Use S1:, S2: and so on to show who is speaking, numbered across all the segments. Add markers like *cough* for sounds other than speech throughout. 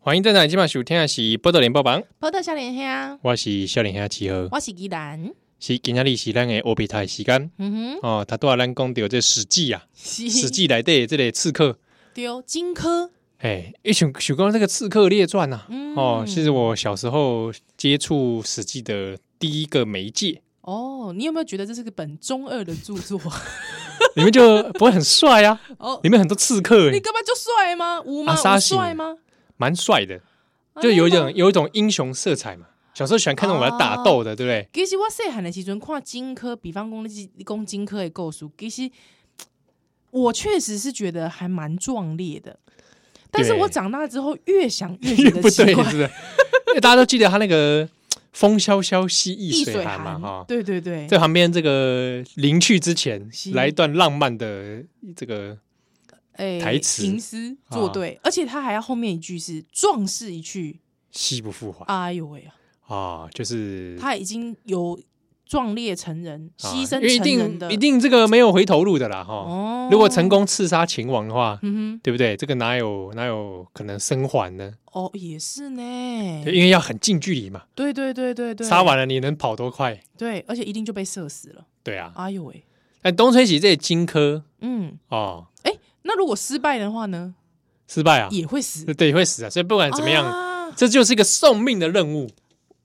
S1: 欢迎登场，今晚收听的是《波多连播榜》，
S2: 波特少年兄，
S1: 我是少年兄七号，
S2: 我是依兰。
S1: 是今天是咱的欧比泰时间
S2: 嗯哼，
S1: 哦。他都要咱讲到这《史记》 *laughs* 啊，
S2: 是
S1: 《史
S2: *laughs*
S1: 记》来的这个刺客，
S2: 丢荆轲，
S1: 哎，一想想讲这个《刺客列传》呐，
S2: 嗯
S1: 哦，其实我小时候接触《史记》的第一个媒介， *laughs*
S2: 哦，你有没有觉得这是个本中二的著作？
S1: 里面就不会很帅啊，
S2: 哦，
S1: 里面很多刺客，*laughs*
S2: 你
S1: 哎
S2: 干嘛就帅吗？无吗？
S1: 啊
S2: 无
S1: 杀醒
S2: 帅吗？
S1: 蛮帅的，就有一
S2: 哎
S1: 种
S2: 呦。
S1: 有一种英雄色彩嘛。小时候喜欢看那种来打斗的，对不对？
S2: 其实我细汉的时阵看荆轲，比方讲你讲荆轲的故事，其实我确实是觉得还蛮壮烈的。但是
S1: 对
S2: 我长大之后越想越
S1: 越
S2: 觉
S1: *laughs* 不
S2: 得奇
S1: 对，
S2: *laughs* 怪，
S1: 是的，因为大家都记得他那个“风萧萧兮易水寒”嘛，
S2: 寒
S1: 哈、
S2: 对对对，
S1: 在旁边这个临去之前
S2: 是，
S1: 来一段浪漫的这个
S2: 哎，
S1: 台词啊
S2: 吟诗作对，而且他还要后面一句是壮士一去，
S1: 西不复还
S2: 哎呦喂啊，
S1: 啊，就是
S2: 他已经有壮烈成人，
S1: 啊
S2: 牺牲
S1: 因为一
S2: 成人的
S1: 定一定这个没有回头路的啦，哈、
S2: 哦
S1: 如果成，功刺杀秦王的话，
S2: 嗯
S1: 对不对？这个哪有哪有可能生还呢？
S2: 哼，哦也是呢，
S1: 对因为要很近距离嘛，
S2: 对对对哦对对，
S1: 杀完了你能跑多快？
S2: 对，而且一定就被射死了，
S1: 对啊，
S2: 哎呦喂，
S1: 但东吹喜这里荆轲
S2: 嗯，
S1: 哦
S2: 那如果失败的话呢，
S1: 失败啊，
S2: 也会死，
S1: 对，会死啊，所以不管怎么样，
S2: 啊
S1: 这就是一个送命的任务，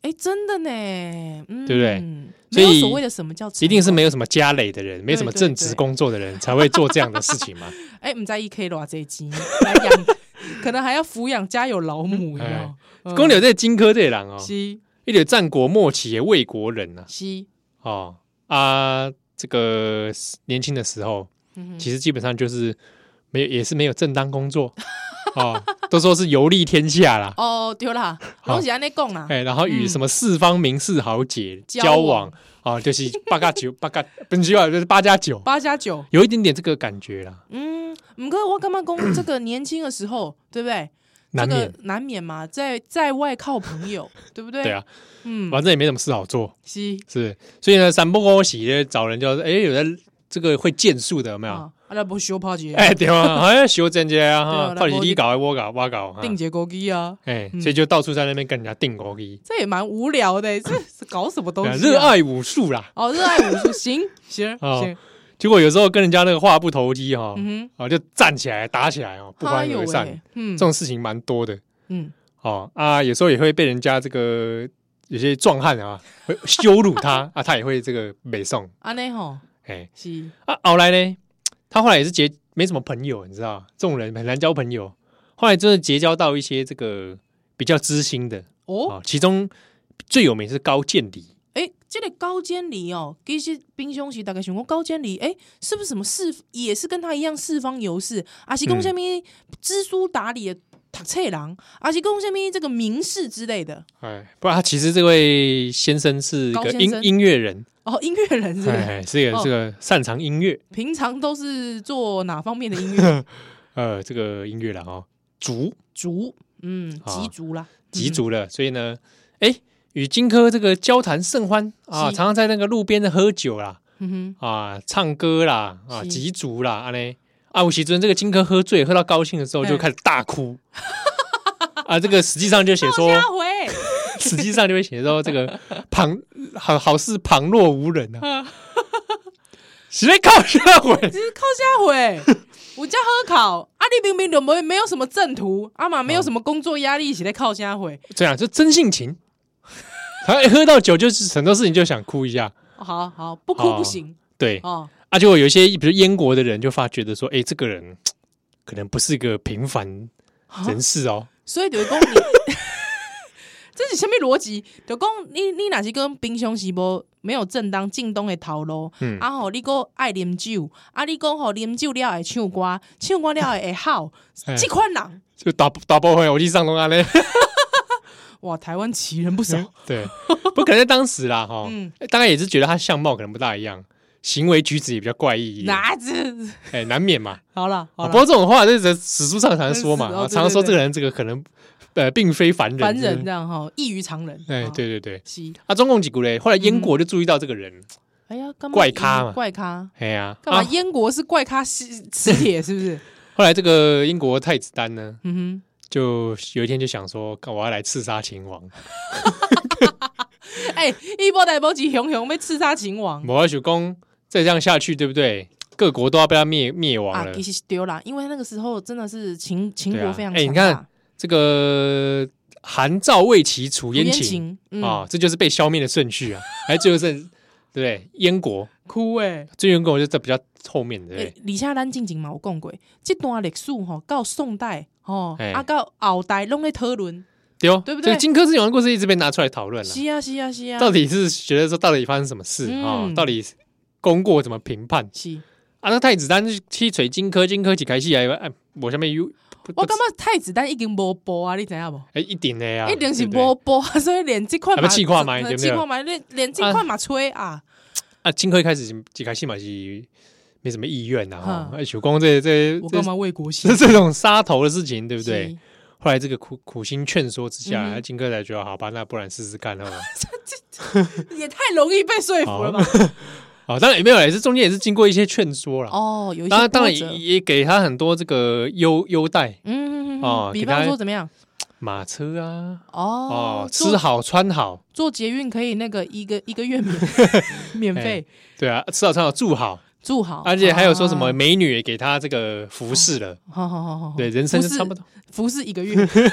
S2: 哎，真的呢，嗯，
S1: 对不对？所
S2: 没有
S1: 以
S2: 所谓的什么叫成功，
S1: 一定是没有什么家累的人，没有什么
S2: 对
S1: 正职工作的人才会做这样的事情嘛。
S2: 哎，唔在意可以拿这一集来养， *laughs* 可能还要抚养家有老母，有没
S1: 哎
S2: 有？ *laughs* 嗯
S1: 公牛这荆轲这人哦，
S2: 是
S1: 一点战国末期的魏国人呐、
S2: 是，
S1: 啊，哦啊，这个年轻的时候，
S2: 嗯哼
S1: 其实基本上就是没有，也是没有正当工作哦， *laughs* 都说是游历天下啦。
S2: 哦，对啦，
S1: 好
S2: 拢是安尼讲啦，
S1: 哎，然后与
S2: 嗯
S1: 什么四方名士豪杰
S2: 交
S1: 交往
S2: 往
S1: 啊、哦，就是八加九，八加不是九啊，就是八加九，
S2: 八加九。
S1: 有一点点这个感觉啦，
S2: 嗯，唔过我感觉讲这个年轻的时候， *coughs* 对不对？
S1: 难免、
S2: 这个难免嘛，在在外靠朋友，
S1: *laughs*
S2: 对不对？
S1: 对，啊，
S2: 嗯，
S1: 反正也没什么事好做。
S2: 是
S1: 是，所以呢，三不五时呢，找人就是，哎、有的这个会剑术的有没有？
S2: 啊，阿拉不修抛姐，
S1: 哎、对啊，
S2: *laughs*
S1: 好像修真些啊，哈
S2: 对啊
S1: 到底是你搞还是我搞，我搞哈。
S2: 定节高机啊，
S1: 哎、
S2: 嗯
S1: 所以就到处在那边跟人家定国医，
S2: 这也蛮无聊的，这是搞什么东
S1: 对
S2: 西
S1: 啊
S2: 啊？
S1: 热爱武术啦。
S2: 哦，热爱武术，行行
S1: 哦
S2: 行，
S1: 结果有时候跟人家那个话不投机哈、
S2: 嗯
S1: 啊，就站起来打起来哦，
S2: 哼，
S1: 不
S2: 哎
S1: 欢
S2: 呦
S1: 而
S2: 喂
S1: 散，，
S2: 嗯
S1: 这种事情蛮多的
S2: 嗯，
S1: 哦啊，有时候也会被人家这个有些壮汉啊会羞辱
S2: *laughs*
S1: 他啊，他也会这个北宋
S2: 安尼吼
S1: 哎、
S2: 是
S1: 啊，后来呢，他后来也是结没什么朋友，你知道，这种人很难交朋友。后来真的结交到一些这个比较知心的
S2: 哦，
S1: 啊、其中最有名是高渐离，
S2: 哎，这个高渐离哦，其实冰兄是大概想过高渐离，哎，是不是什么四也是跟他一样四方游士，啊是讲
S1: 嗯
S2: 什么知书达理的读册人，啊是讲什么这个名士之类的，
S1: 哎，不然他其实这位先生是一
S2: 高
S1: 个
S2: 先
S1: 音
S2: 生
S1: 音乐人，
S2: 哦，音乐人是不是？
S1: 哎，是一个
S2: 哦
S1: 这个擅长音乐，
S2: 平常都是做哪方面的音乐？
S1: 呃，这个音乐人哦，竹 *laughs*
S2: 竹，嗯，
S1: 啊
S2: 吉竹啦，
S1: 吉竹了，所以呢，哎，与荆轲这个交谈甚欢啊，
S2: 是
S1: 常常在那个路边的喝酒啦，
S2: 嗯，嗯
S1: 啊，唱歌啦，啊，
S2: 是
S1: 吉足啦，安尼啊，有时阵这个荆轲喝醉，喝到高兴的时候
S2: 哎
S1: 就开始大哭， *laughs* 啊，这个实际上就写
S2: 哼，
S1: 说，
S2: 下回，
S1: 实际上就会写说这个旁好好似旁若无人
S2: 嗯
S1: 啊，谁靠下回？
S2: 只是靠
S1: *laughs*
S2: 下回。我家喝考，啊，你明明就没没有什么正途，阿、玛没有什么工作压力，一起来靠下回。
S1: 这样就真性情。 *laughs* 他喝到酒就是很多事情就想哭一下，
S2: 好好，不哭
S1: 好
S2: 不行
S1: 对
S2: 哦。
S1: 啊，结果有一些比如燕国的人就发觉得说，哎，这个人可能不是个平凡
S2: 啊
S1: 人士哦，
S2: 所以就是讲你， *laughs* 这是什么逻辑？就讲你你若是跟平常时无没有正当正当的头路，
S1: 嗯
S2: 啊吼，你个爱啉酒，啊你讲吼啉酒了会唱歌，唱歌了
S1: *laughs*
S2: 会好，
S1: 哎
S2: 这款人
S1: 就打打包回来，我去上东啊安嘞。
S2: 哇，台湾奇人不少，
S1: 对，不可能在当时啦，哈、
S2: 嗯
S1: 大概也是觉得他相貌可能不大一样，行为举止也比较怪异一点，
S2: *laughs* 哪子？
S1: 哎，难免嘛。
S2: 好了 *laughs* 好
S1: 啊
S2: 了
S1: 不，过这种话就是史书上常说嘛，
S2: 是
S1: 啊
S2: 哦对对
S1: 常说
S2: 对
S1: 这个人这个可能呃并非凡人，
S2: 凡
S1: 就是
S2: 人这。样哈，异于常人。
S1: 哎
S2: 啊，
S1: 对对对，
S2: 是，
S1: 啊，中共几股嘞，后来燕国就注意到这个人，
S2: 哎呀，干嘛
S1: 怪咖嘛
S2: 怪咖。
S1: 哎呀、
S2: 干嘛？
S1: 啊，
S2: 燕国是怪咖磁磁铁是不是？
S1: 后来这个英国太子丹呢，
S2: 嗯
S1: 就有一天就想说，干我要来刺杀秦王，
S2: *laughs* 哎、一波大波及熊熊被刺杀秦王
S1: 我要想公再这样下去，对不对？各国都要被他灭灭亡
S2: 啊，
S1: 了
S2: 其。实是丢啦，因为那个时候真的是秦秦
S1: 对啊
S2: 国非常
S1: 哎你
S2: 强
S1: 看
S2: 大，
S1: 这个韩赵魏齐楚燕秦
S2: 秦，嗯，
S1: 啊，这就是被消灭的顺序啊，还最后剩对不对燕国，
S2: 哭
S1: 欸
S2: 哎、
S1: 最燕国就在比较后面，对不
S2: 欸
S1: 对？，
S2: 而且咱进前嘛有讲过，这段历史吼到宋代吼，
S1: 嘿
S2: 啊到后代拢在讨论，
S1: 对哦，
S2: 对不
S1: 这
S2: 对
S1: 个荆轲刺秦王的故事一直被拿出来讨论了，
S2: 是啊是啊是啊，
S1: 到底是觉得说到底发生什么事啊、
S2: 嗯
S1: 到底功过怎么评判
S2: 是，
S1: 啊？那太子丹去锤荆轲，荆轲一开始哎哎，我下面有
S2: 我感觉太子丹已经无播啊，你知影无？
S1: 哎一点的呀，
S2: 一定是
S1: 对不对
S2: 无播，所以连这块
S1: 啊要试看卖
S2: 呃
S1: 对不对
S2: 试看嘛，连连这块嘛吹啊，
S1: 啊。荆轲一开始几开始嘛是没什么意愿呐、啊，
S2: 嗯
S1: 哎，许公这这
S2: 我干
S1: 这
S2: 嘛为国牺
S1: 这 *laughs* 这种杀头的事情，对不对
S2: 牲？？
S1: 后来这个苦苦心劝说之下，
S2: 嗯哼
S1: 荆轲才觉得好吧，那不然试试看好了。
S2: 是 *laughs* 也太容易被说 *laughs* 服了吧？
S1: *laughs* 啊，当然也没有啦，也是中间也是经过一些劝说啦。
S2: 哦，有一些
S1: 当然，当然
S2: 波折
S1: 也也给他很多这个优优待，
S2: 嗯嗯嗯
S1: 哦
S2: 嗯，比
S1: 给他
S2: 方说怎么样？
S1: 马车啊，
S2: 哦
S1: 哦，，吃
S2: 坐
S1: 好穿好，
S2: 坐捷运可以那个一个一
S1: *laughs*
S2: 个月免免费
S1: 对啊，吃好穿好住好，
S2: 住好，
S1: 而且还有说什么
S2: 啊？
S1: 美女也给他这个服饰了，
S2: 好好好好，好
S1: 对，，人生就
S2: 服饰
S1: 差不多，
S2: 服侍一个月，哎，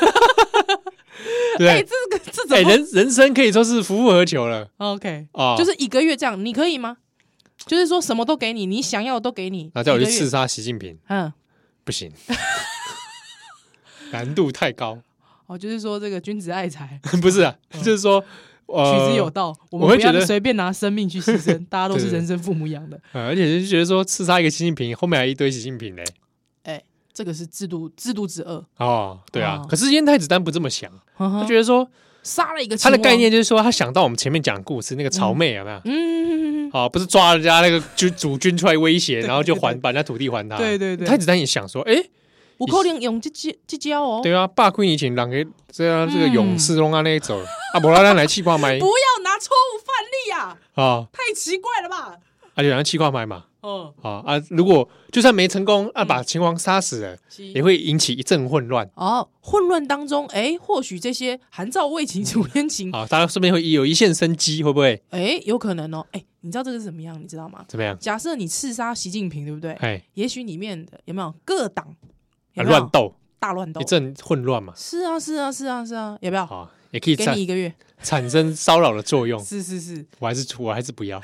S1: *laughs* 对，
S2: 这个这
S1: 哎，
S2: 怎么哦
S1: 人人生可以说是夫复何求了
S2: ？OK，
S1: 啊，
S2: 就是一个月这样，你可以吗？就是说什么都给你，你想要的都给你，
S1: 那叫我去
S2: 一个月
S1: 刺杀习近平，
S2: 嗯，
S1: 不行， *laughs* 难度太高，
S2: 哦，就是说这个君子
S1: *laughs*
S2: 爱财，
S1: 不是啊，就是说，
S2: 嗯取之有
S1: 呃，
S2: 道，我
S1: 我会
S2: 们不
S1: 觉
S2: 要
S1: 得
S2: 随便拿生命去牺
S1: *laughs*
S2: 牲，大家都是
S1: 对对
S2: 人生父母养的。
S1: 呃而且就觉得说刺杀一个习近平，后面还一堆习近平嘞，
S2: 哎，这个是制度制度之恶，
S1: 哦，对啊
S2: 哦，啊
S1: 可是燕太子丹不这么想，他
S2: 他
S1: 觉得说
S2: 杀了一个
S1: 他的
S2: 秦王
S1: 概念，就是说，他想到我们前面讲的故事那个曹妹有没有？
S2: 嗯，
S1: 啊，不是抓人家那个军主军出来威胁，然后就
S2: *laughs* 对
S1: 还把人家土地还他。
S2: 对对对
S1: 太子丹也想说，哎，
S2: 我可能用这这这招哦，
S1: 对啊，霸坤以前让给这样这个
S2: 嗯
S1: 勇士弄啊那一走，啊，不然咱来气化麦
S2: *laughs* 不要拿错误范例啊，
S1: 啊，
S2: 太奇怪了吧？
S1: 啊就让气化麦嘛，
S2: 哦，
S1: 啊啊，如果就算没成功，啊把秦王杀死
S2: 嗯
S1: 了，也会引起一阵混乱
S2: 哦，混乱当中，哎，或许这些韩赵魏秦楚燕秦，
S1: 啊，大家顺便会有一线生机，会不会
S2: 哎，有可能哦，哎，你知道这个是怎么样？你知道吗？
S1: 怎么样？
S2: 假设你刺杀习近平，对不对？
S1: 哎，
S2: 也许里面的有没有各党
S1: 啊
S2: 有没有
S1: 乱斗
S2: 大乱斗
S1: 一？阵混乱嘛，
S2: 是啊，是啊，是啊，是啊，要不要？
S1: 啊，也可以
S2: 给
S1: 产
S2: 你一个月，
S1: 产生骚扰的作用，
S2: 是是是，
S1: 我还是我还是不要，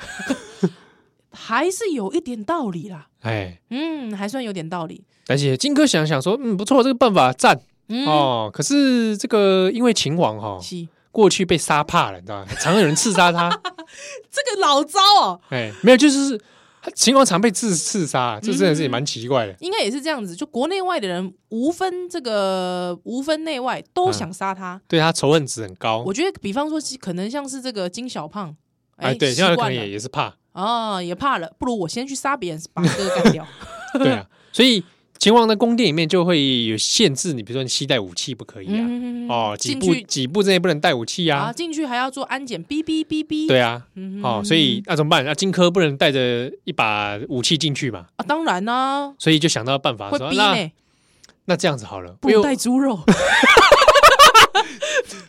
S2: 还是有一点道理啦。
S1: 哎，
S2: 嗯，还算有点道理。
S1: 而且荆轲想想说，嗯，不错，这个办法赞。
S2: 嗯，
S1: 哦，可是这个因为秦王哈、
S2: 是
S1: 过去被杀怕了，你知道吗？常有人刺杀他，
S2: 这个老招哦，
S1: 哎，没有，就是他秦王常被刺刺杀，这真的是也蛮奇怪的。
S2: 应该也是这样子。就国内外的人无分这个无分内外都想杀他。
S1: 对他仇恨值很高，
S2: 我觉得，比方说，可能像是这个金小胖，
S1: 哎，对，
S2: 习
S1: 秦王可
S2: 惯
S1: 能
S2: 了
S1: 也也是怕，
S2: 啊、也怕了，不如我先去杀别人，把哥
S1: *laughs*
S2: 干掉。 *laughs*
S1: 对啊，所以秦王的宫殿里面就会有限制，你比如说你携带武器不可以啊，
S2: 嗯
S1: 哦，几
S2: 进
S1: 步
S2: 去
S1: 几步之内不能带武器
S2: 啊，
S1: 啊，
S2: 进去还要做安检，哔哔哔哔。
S1: 对啊，
S2: 嗯，
S1: 哦，所以那、怎么办？那、荆轲不能带着一把武器进去嘛，
S2: 啊，当然啦、
S1: 所以就想到办法
S2: 会
S1: 说，
S2: 逼
S1: 啊那
S2: 呢，
S1: 那这样子好了，
S2: 不
S1: 因为
S2: 如带
S1: *laughs*
S2: 猪肉。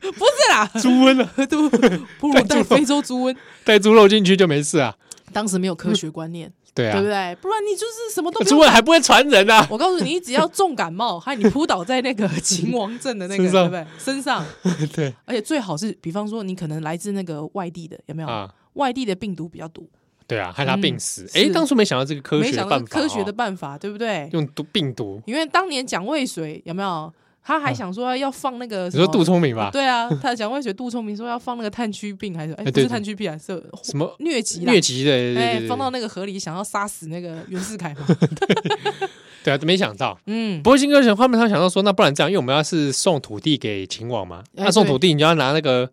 S2: 不是啦，
S1: 猪瘟了。 *laughs*
S2: 都不如带非洲猪瘟。
S1: 带猪肉进去就没事啊。
S2: 当时没有科学观念，
S1: 对
S2: 对不
S1: 啊，
S2: 对？不然你就是什么都不
S1: 猪
S2: 用。
S1: 肉还不会传人啊。 *laughs*
S2: 我告诉你，你只要重感冒，害你扑倒在那个秦王镇的那个，
S1: 身
S2: 对
S1: 上
S2: 不对？身上，
S1: 对
S2: 而且最好是，比方说你可能来自那个外地的，有没有？
S1: 啊，
S2: 外地的病毒比较毒，
S1: 对啊，害他病死。哎，
S2: 嗯是
S1: 当初没想到这个科
S2: 没
S1: 学的
S2: 想到
S1: 办法哦，
S2: 科学的办法，对不对？
S1: 用毒病毒。
S2: 因为当年蒋渭水有没有？他还想说要放那
S1: 啊
S2: 个
S1: 你
S2: 什么，
S1: 说杜聪明吧？
S2: 对啊，他蒋渭水杜聪明说要放那个炭疽病还是哎
S1: 哎
S2: 不
S1: 对对
S2: 是炭疽病啊，是
S1: 什么
S2: 疟疾啦
S1: 疟，疾的？对对
S2: 哎
S1: 对
S2: 放到
S1: 对，
S2: 那个河里想要杀死那个袁世
S1: *laughs*
S2: 凯嘛，
S1: 对啊，没想到。
S2: 嗯，
S1: 不过荆轲想，他们他想到说，那不然这样，因为我们要是送土地给秦王嘛，
S2: 哎
S1: 那送
S2: 对
S1: 土地你就要拿那个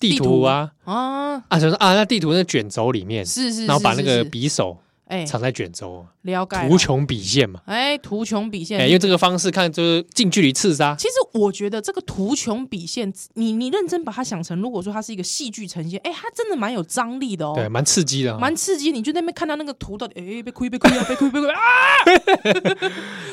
S1: 地
S2: 地
S1: 图啊
S2: 啊，
S1: 啊，想说啊，那地图那卷轴里面，
S2: 是是，
S1: 然后
S2: 是
S1: 把那
S2: 是
S1: 个
S2: 是
S1: 匕首
S2: 哎、
S1: 藏在卷轴啊，
S2: 了解
S1: 图
S2: 了，
S1: 穷匕见嘛。
S2: 哎，图穷匕现
S1: 哎，，用这个方式看就是近距离刺杀，
S2: 其实我觉得这个图穷匕现，你你认真把它想成，如果说它是一个戏剧呈现，哎、它真的蛮有张力的哦，
S1: 对，蛮刺激的啊，
S2: 蛮刺激。你就在那边看到那个图到底，哎、被亏被亏啊，被亏被亏啊！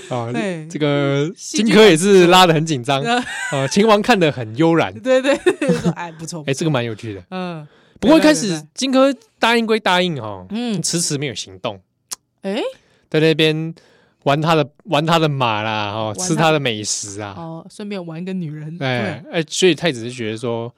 S1: 啊。
S2: 对
S1: 这个
S2: 戏剧
S1: 荆轲也是拉得很紧
S2: *laughs*
S1: 张
S2: 呃
S1: 啊，秦王看得很悠然。
S2: 对对对，说哎不错，
S1: 哎，这个蛮有趣的。
S2: 嗯
S1: 不过一
S2: 对对
S1: 开
S2: 对
S1: 始
S2: 对
S1: 荆轲答应归答应哈，
S2: 嗯，
S1: 迟迟没有行动，
S2: 哎、
S1: 在那边玩他的玩他的马啦，哦，
S2: 玩
S1: 吃
S2: 他
S1: 他的美食啊，
S2: 哦，顺便玩一个女人，
S1: 哎
S2: 哎
S1: 哎，所以太子就觉得说，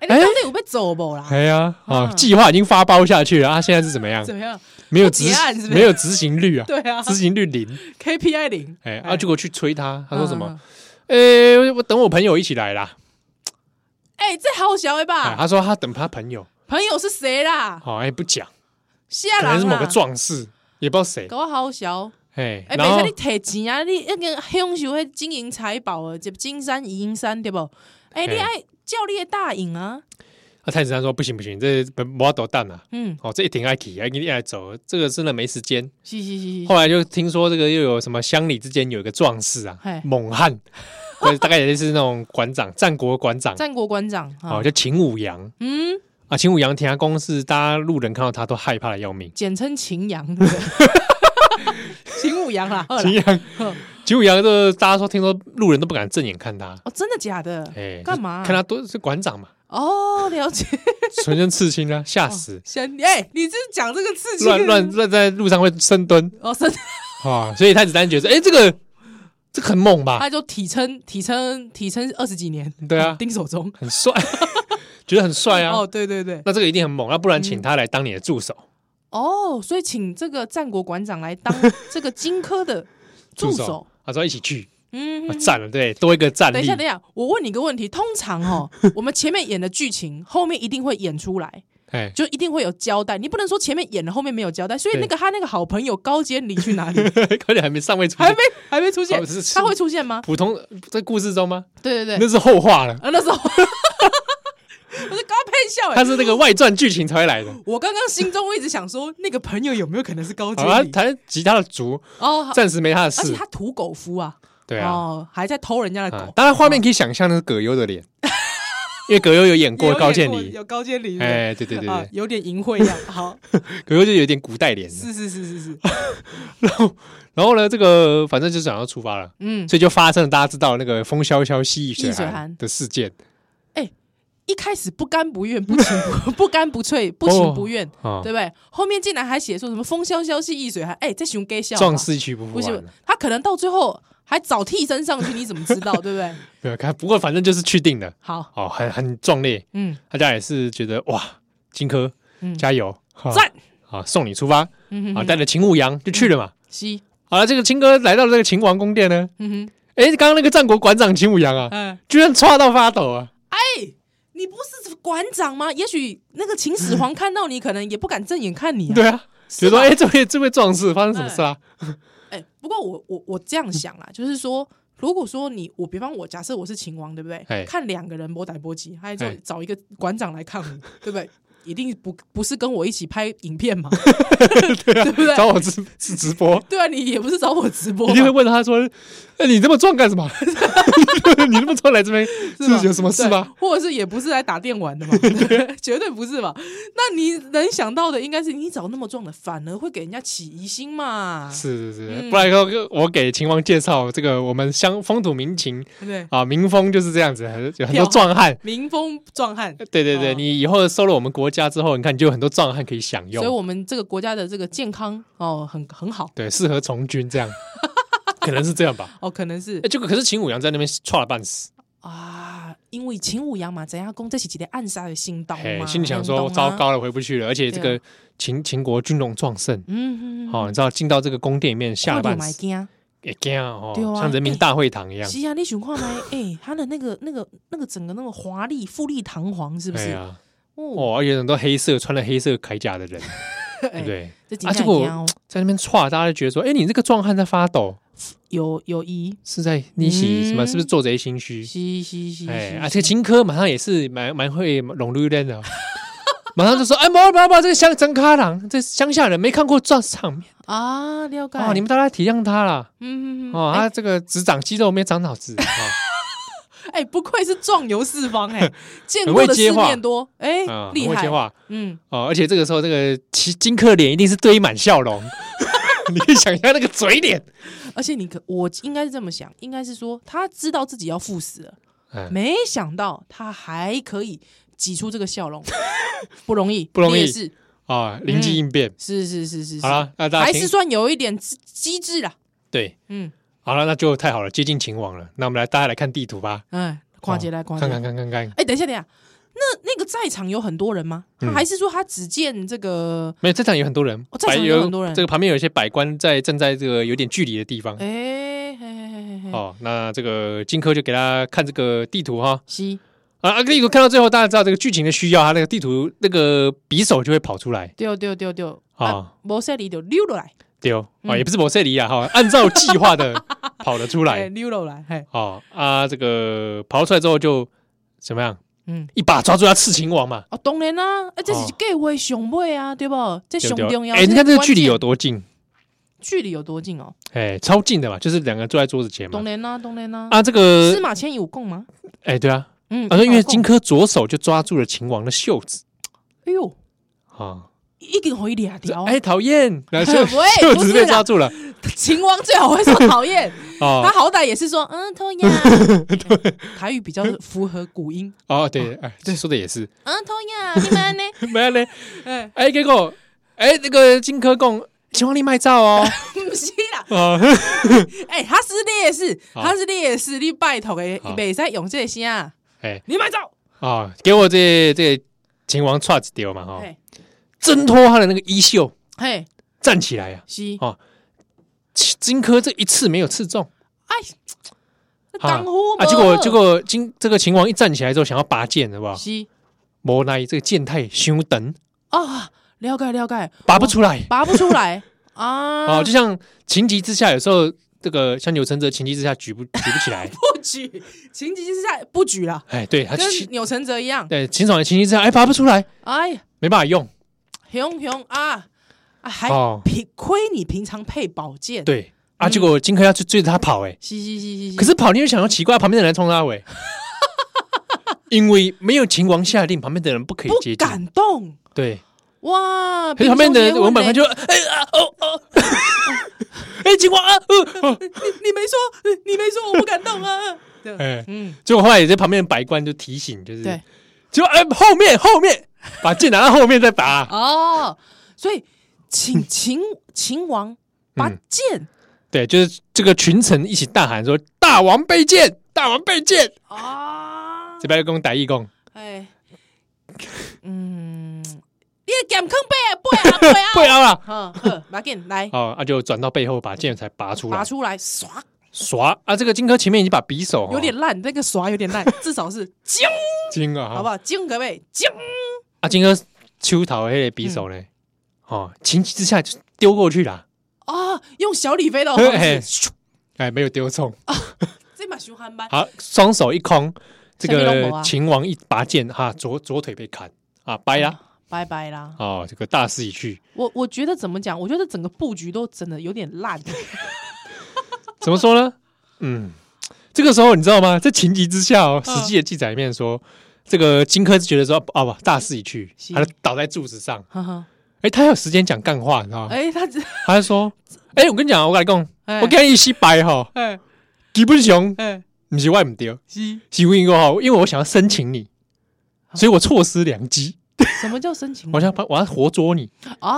S2: 哎，你到底有被走不啦？
S1: 哎呀，啊
S2: 啊，
S1: 计划已经发包下去了啊，现在是怎么样？
S2: 怎么样？
S1: 没有
S2: 不结
S1: 执
S2: 案是不是
S1: 没有执行率啊，
S2: 对啊
S1: 执行率
S2: *laughs*
S1: 零。
S2: ，KPI 零，
S1: 哎，
S2: 哎
S1: 啊，结果去催他，他说什
S2: 嗯
S1: 么？？哎，我等我朋友一起来啦。
S2: 哎、这好小的
S1: 哎，
S2: 吧？
S1: 他说他等他朋友，
S2: 朋友是谁啦？
S1: 好，哎，不讲，
S2: 下
S1: 可
S2: 来
S1: 能是某个，壮士，也不知道谁。
S2: 搞好小。
S1: 哎，
S2: 哎，
S1: 然
S2: 袂
S1: 后
S2: 使你摕钱啊！你那个享受迄金银财宝啊，就金山银银山对不？哎，
S1: 嘿
S2: 你爱叫你的大影啊，
S1: 啊，太子他说不行不行，这不要多蛋啊。
S2: 嗯，
S1: 哦，这一定爱起，要一定爱走，这个真的没时间。
S2: 是是是是，
S1: 后来就听说这个又有什么乡里之间有一个壮士啊
S2: 嘿，
S1: 猛
S2: *laughs*
S1: 汉，对，大概也是那种馆长，战国馆长，
S2: 战国馆长啊
S1: 哦，，叫秦舞阳
S2: 嗯，
S1: 啊。秦舞阳听他公是大家路人看到他都害怕的要命。
S2: 简称秦阳，对不对秦舞阳啦，好啦
S1: 秦
S2: *laughs*
S1: 阳
S2: 呵，
S1: 秦舞阳这大家说听说路人都不敢正眼看他，
S2: 哦，真的假的？
S1: 哎，
S2: 干嘛啊
S1: 看他都是馆长嘛， *laughs*
S2: 哦，了解，
S1: 全身刺青啊，吓
S2: *laughs*
S1: 死，
S2: 先哎，你这讲这个刺激
S1: 乱乱乱在路上会深
S2: *laughs*
S1: 蹲
S2: 哦，真的，
S1: 啊。所以太子丹觉得，哎，这个这个很猛吧，
S2: 他就体称体称体称二十几年，
S1: 对啊
S2: 丁守中，
S1: 很帅， *laughs* 觉得很帅啊。
S2: 哦，对对对，
S1: 那这个一定很猛，那不然
S2: 嗯
S1: 请他来当你的助手，
S2: 哦，所以请这个战国馆长来
S1: *laughs*
S2: 当这个荆轲的助手。
S1: 他说一起去，
S2: 嗯，
S1: 啊赞了，对，多一个战
S2: 等一
S1: 力
S2: 下，。等一下，我问你个问题。通常哦，我们前面演的剧情，后面一定会演出来，
S1: 哎， *laughs*
S2: 就一定会有交代。你不能说前面演了，后面没有交代。所以
S1: 对
S2: 那个他那个好朋友高渐离去哪里？ *laughs*
S1: 而且还没尚未出
S2: 还
S1: 现
S2: 没，还没出现
S1: 哦是，是
S2: 他会
S1: *laughs*
S2: 出现吗？
S1: 普通在故事中吗？
S2: 对对对，
S1: 那是后话了，
S2: 啊，那时候我是高配笑哎
S1: 他。是那个外传剧情才会来
S2: *laughs*
S1: 的。
S2: 我刚刚心中我一直想说，那个朋友有没有可能是高
S1: 好，他
S2: 渐离？
S1: 他吉他的族
S2: 哦，
S1: 暂时没他的
S2: 而且
S1: 事，
S2: 他土狗夫啊，
S1: 对啊，
S2: 哦，还在偷人家的
S1: 啊
S2: 狗。
S1: 当然画面可以想象那是葛优的
S2: *laughs*
S1: 脸，因为葛优有演过
S2: 有
S1: 高
S2: 点
S1: 渐离，
S2: 有高渐离，
S1: 哎，对对对
S2: 啊
S1: 对，，
S2: 有点淫秽样。好，
S1: 葛优就有点古代脸。
S2: 是是是是是，
S1: 然后呢，这个反正就想要出发了，
S2: 嗯，
S1: 所以就发生了大家知道那个风萧萧兮易水
S2: 易水
S1: 寒
S2: 寒
S1: 的事件
S2: 一开始不甘不愿，不情不 *laughs* 不甘不脆，不情不愿，
S1: 啊
S2: 对，不对？后面竟然还写说什么风萧萧兮易水寒，哎，这熊 gay 笑吧
S1: 壮士屈不啊复
S2: 不行
S1: 还。，
S2: 他可能到最后还找替身上去，你怎
S1: *laughs*
S2: 么知道，对不对？
S1: 没有看，啊不过反正就是去定的，
S2: 好，
S1: 哦，很很壮烈，
S2: 嗯
S1: 大家也是觉得哇，荆轲
S2: 嗯，
S1: 加油，哈
S2: 赞，
S1: 啊，送你出发
S2: 嗯
S1: 啊，
S2: 哼，
S1: 带着秦舞阳就去了嘛。 *laughs*
S2: 西，
S1: 好了，这个秦哥来到了这个秦王宫殿呢，
S2: 嗯
S1: 哎，刚刚那个战国馆长秦舞阳
S2: 哼，
S1: 啊，
S2: 嗯，
S1: 居然抓到发抖啊，
S2: 你不是馆长吗？也许那个秦始皇看到你，可能也不敢正眼看你啊。
S1: 对啊，觉
S2: 是
S1: 得说
S2: 吧，
S1: 哎，这位这位壮士发生什么事啊？
S2: 哎、不过我我我这样想啦，就是说，如果说你我，比方我假设我是秦王，对不对？
S1: 哎
S2: 看两个人波逮波急，还就
S1: 哎
S2: 找一个馆长来看我，对不对？一定不不是跟我一起拍影片嘛，
S1: *laughs* 对啊
S2: 对不对
S1: 找我直 *laughs* 直直播，
S2: 对啊，你也不是找我直播
S1: 一
S2: 嘛，
S1: 定会问他说，哎，你这么壮干什么？ *laughs* 你那么壮来这边是
S2: 吧
S1: 有什么事吗？？
S2: 对或者是也不是来打电玩的嘛，对绝对不是嘛。那你能想到的应该是你找那么壮的，反而会给人家起疑心嘛，
S1: 是是是，
S2: 嗯
S1: 不然说我给秦王介绍这个我们乡风土民情
S2: 对不对？
S1: 啊，民风就是这
S2: *laughs*
S1: 样子，很有很多
S2: 彪悍
S1: 壮汉。
S2: 民风壮汉，
S1: 对对对，
S2: 哦
S1: 你以后收了我们国家之后，你看你就有很多壮汉可以享
S2: 所以
S1: 用，
S2: 我们这个国家的这个健康哦，很很好
S1: 对，适合从军
S2: *laughs*
S1: 这样，可能是这样吧。
S2: 哦，可能是
S1: 哎，结果可是秦舞阳在那边错了半死，
S2: 啊，因为秦舞阳嘛，怎样攻这是一个暗杀的心刀
S1: 哎
S2: 嘛，，
S1: 心里想
S2: 你
S1: 说
S2: 哦懂吗
S1: 糟，糕了，回不去了，而且这
S2: 对啊
S1: 个秦秦国军容壮盛，
S2: 嗯，
S1: 哦，你知道进到这个宫殿里面吓了半
S2: 买
S1: 死，
S2: 惊，
S1: 也惊哦
S2: 对，啊
S1: 像人民
S2: 哎
S1: 大会堂一样，
S2: 是啊，你想看 *laughs* 吗？哎，他的那个那个那个整个那个华丽富丽堂皇，是不
S1: 哎
S2: 是？
S1: 呀，
S2: 哦，
S1: 哦，而且很多黑色穿了黑色铠甲的人，对不
S2: 哎，
S1: 对？
S2: 这
S1: 啊
S2: 真
S1: 结
S2: 正
S1: 果
S2: 惊哦
S1: 在那边歘，大家就觉得说，哎、你这个壮汉在发抖，
S2: 有有疑，
S1: 是在逆袭
S2: 嗯
S1: 什么？是不是做贼心虚？
S2: 嘻嘻嘻，
S1: 哎、
S2: 是
S1: 而且秦科马上也是蛮蛮会融入人的哦， *laughs* 马上就说：“哎，不要不要不要，这个乡真开朗，这乡下人没看过这场面
S2: 啊，了解。
S1: 啊、你们大家体谅他啦。
S2: 嗯嗯嗯，
S1: 哦，
S2: 哎
S1: 他这个只长肌肉没长脑子，哦
S2: 哎、不愧是壮游四方
S1: *laughs*
S2: 哎、见
S1: 很
S2: 过
S1: 会
S2: 的
S1: 接
S2: 世
S1: 话
S2: 面多哎 *laughs*
S1: 啊，
S2: 厉、
S1: 很会
S2: 害
S1: 接话
S2: 嗯，
S1: 哦。而且这个时候，这个其金克脸一定是堆满笑
S2: *laughs*
S1: 容，你可以想象那个嘴脸。
S2: 而且你可我应该是这么想，应该是说他知道自己要赴死了，
S1: 嗯
S2: 没想到他还可以挤出这个笑容，
S1: *laughs*
S2: 不容易，
S1: 不容易
S2: 你也是
S1: 啊，灵机应变。
S2: 是是是是是
S1: 好，了，那大家
S2: 嗯还
S1: 听
S2: 是算有一点机机智啦，
S1: 对，
S2: 嗯
S1: 好了，那就太好了，接近秦王了。那我们来大家来看地图吧，
S2: 哎，跨界来跨
S1: 哦
S2: 界
S1: 看，看看看看，
S2: 哎、等一下等一下，那那个在场有很多人吗？他
S1: 嗯
S2: 还是说他只见这个？
S1: 没有这场有很多人
S2: 哦，这场
S1: 百
S2: 有很多人
S1: 这个旁边有一些百官在站在这个有点距离的地方
S2: 哎、。嘿嘿嘿嘿嘿，
S1: 哦，那这个荆轲就给大家看这个地图哈。
S2: 西，
S1: 啊，啊地图看到最后，大家知道这个剧情的需要，他那个地图那个匕首就会跑出来
S2: 对对对对，啊，
S1: 啊，
S2: 摩塞里就溜落来。
S1: 丢啊，
S2: 嗯
S1: 也不是摩塞里亚哈，按照计划的跑了出
S2: *laughs* 哎
S1: 来。
S2: 溜了来，嘿，
S1: 哦啊，这个跑出来之后就怎么样？
S2: 嗯，
S1: 一把抓住他刺秦王嘛，
S2: 哦，当然啦、啊，这是
S1: 哦
S2: 计划上尾啊，对不？这
S1: 对
S2: 上
S1: 不对
S2: 重要。
S1: 哎，你看这个
S2: 关
S1: 距离
S2: 键
S1: 有多近？
S2: 距离有多近哦？
S1: 哎，超近的嘛，就是两个坐在桌子前嘛
S2: 当。然啦、当然啦、
S1: 啊，这
S2: 司
S1: 个
S2: 马迁有共吗？
S1: 哎，对啊，
S2: 嗯，
S1: 啊，因为
S2: 有
S1: 荆
S2: 讲，
S1: 轲左手就抓住了秦王的袖子
S2: 哎呦，
S1: 啊，
S2: 一定可以俩条。 *laughs*
S1: 哎，
S2: 哎，
S1: 讨 *laughs* 厌，然后袖
S2: 不会
S1: 袖
S2: 哎不
S1: 子
S2: 是
S1: 被
S2: 啦
S1: 抓住了
S2: 秦王最好会说讨厌，
S1: *laughs* 哦
S2: 他好歹也是说嗯讨厌，
S1: *laughs*
S2: 哎台语比较符合古音，
S1: 哦， *laughs* 对，哎，这说的也是，
S2: 嗯讨
S1: 啊
S2: *laughs* 厌，你们呢？
S1: 没有嘞，
S2: 哎，
S1: 哎，结果哎，那个荆轲共秦王你卖照 *laughs* 哦，
S2: 不是啦，
S1: *laughs* 啊，
S2: 哎，他是烈士，
S1: 好
S2: 他是烈士，你拜托的，
S1: 好
S2: 你袂使用这个声啊，
S1: 哎
S2: 你买走，
S1: 啊，给我这这秦王叉子丢嘛哈，哦
S2: 嘿，
S1: 挣脱他的那个衣袖，
S2: 嘿，
S1: 站起来呀、
S2: 是。
S1: 其荆轲这一次没有刺中
S2: 哎，当呼
S1: 啊，结果结果荆这个秦王一站起来之后，想要拔剑，好不好？
S2: 是
S1: 无奈这个剑太凶等，
S2: 啊，了解了解，
S1: 拔不出来
S2: 拔不出 *laughs* 来
S1: 啊，
S2: 啊，，
S1: 就像情急之下，有时候这个像钮承泽情急之下举不举不起来
S2: *laughs* 不举，情急之下不举了，
S1: 哎，对他
S2: 跟
S1: 情
S2: 钮承泽一样，
S1: 对秦爽的情急之下，哎，拔不出来，
S2: 哎，
S1: 没办法用
S2: 熊熊啊，啊还
S1: 哦，
S2: 平亏你平常配宝剑，，
S1: 对啊，
S2: 嗯
S1: 结果荆轲要去追着他跑，哎，
S2: 嘻嘻嘻嘻嘻，
S1: 可是跑你就想要奇怪，旁边的人冲他尾。因为没有秦王下令，旁边的人不可以
S2: 不
S1: 接近。
S2: 敢动
S1: 对，
S2: 哇，
S1: 可是旁边的文本他
S2: 就
S1: 就哎啊哦哦，哎秦王啊，呃哦
S2: 你没说，你没说我不敢动啊，对，
S1: 哎，
S2: 嗯，
S1: 结果后来也在旁边的白官就提醒，就是
S2: 对，
S1: 结果哎后面后面把剑拿到后面再拔，
S2: 哦，所以秦秦秦王把
S1: 嗯
S2: 剑
S1: 对，就是这个群臣一起大喊说大王被剑，大王被剑，
S2: 啊
S1: 这，边公打义公，
S2: 哎，嗯，你的剑坑背啊背啊背啊！
S1: 不 *laughs* 要了。
S2: 好，好，马紧来
S1: 哦，啊，就转到背后把剑才拔出来，
S2: 拔出来，唰，
S1: 唰啊！这个荆轲前面已经把匕首哦
S2: 有点烂，那个唰有点
S1: *laughs*
S2: 烂，至少是惊，
S1: 惊啊，
S2: 好不好？惊可贝惊，
S1: 啊，金哥秋桃黑的匕首
S2: 嗯
S1: 呢？哦，情急之下就丢过去啦，
S2: 啊，用小李飞的
S1: 嘿
S2: 方
S1: 嘿
S2: 式，
S1: 哎，没有丢中。
S2: 这把熊憨班
S1: 好，双手一空，这
S2: 下面都没
S1: 个
S2: 啊
S1: 秦王一拔剑，哈，左左腿被砍啊，掰啦，
S2: 拜拜啦！
S1: 哦，这个大势已去。
S2: 我我觉得怎么讲？我觉得整个布局都真的有点
S1: *laughs*
S2: 烂，
S1: 怎么说呢？嗯，这个时候你知道吗？在情急之下哦，
S2: 嗯
S1: 《史记》的记载里面说，这个荆轲觉得说啊不，大势已去，
S2: 是
S1: 他就倒在柱子上。
S2: 哈哈。
S1: 哎，他有时间讲干话，你知道吗？
S2: 哎，
S1: *laughs*
S2: 他只
S1: 他就说，哎，我跟你讲啊，我跟你讲，
S2: 哎
S1: 我跟你洗白哈，
S2: 哎
S1: 基本上
S2: 哎
S1: 不是我唔对。
S2: 是
S1: 喜问一个哈，因为我想要申请你，所以我错失良机，
S2: 什么叫深情
S1: 我想把我要活捉你
S2: 啊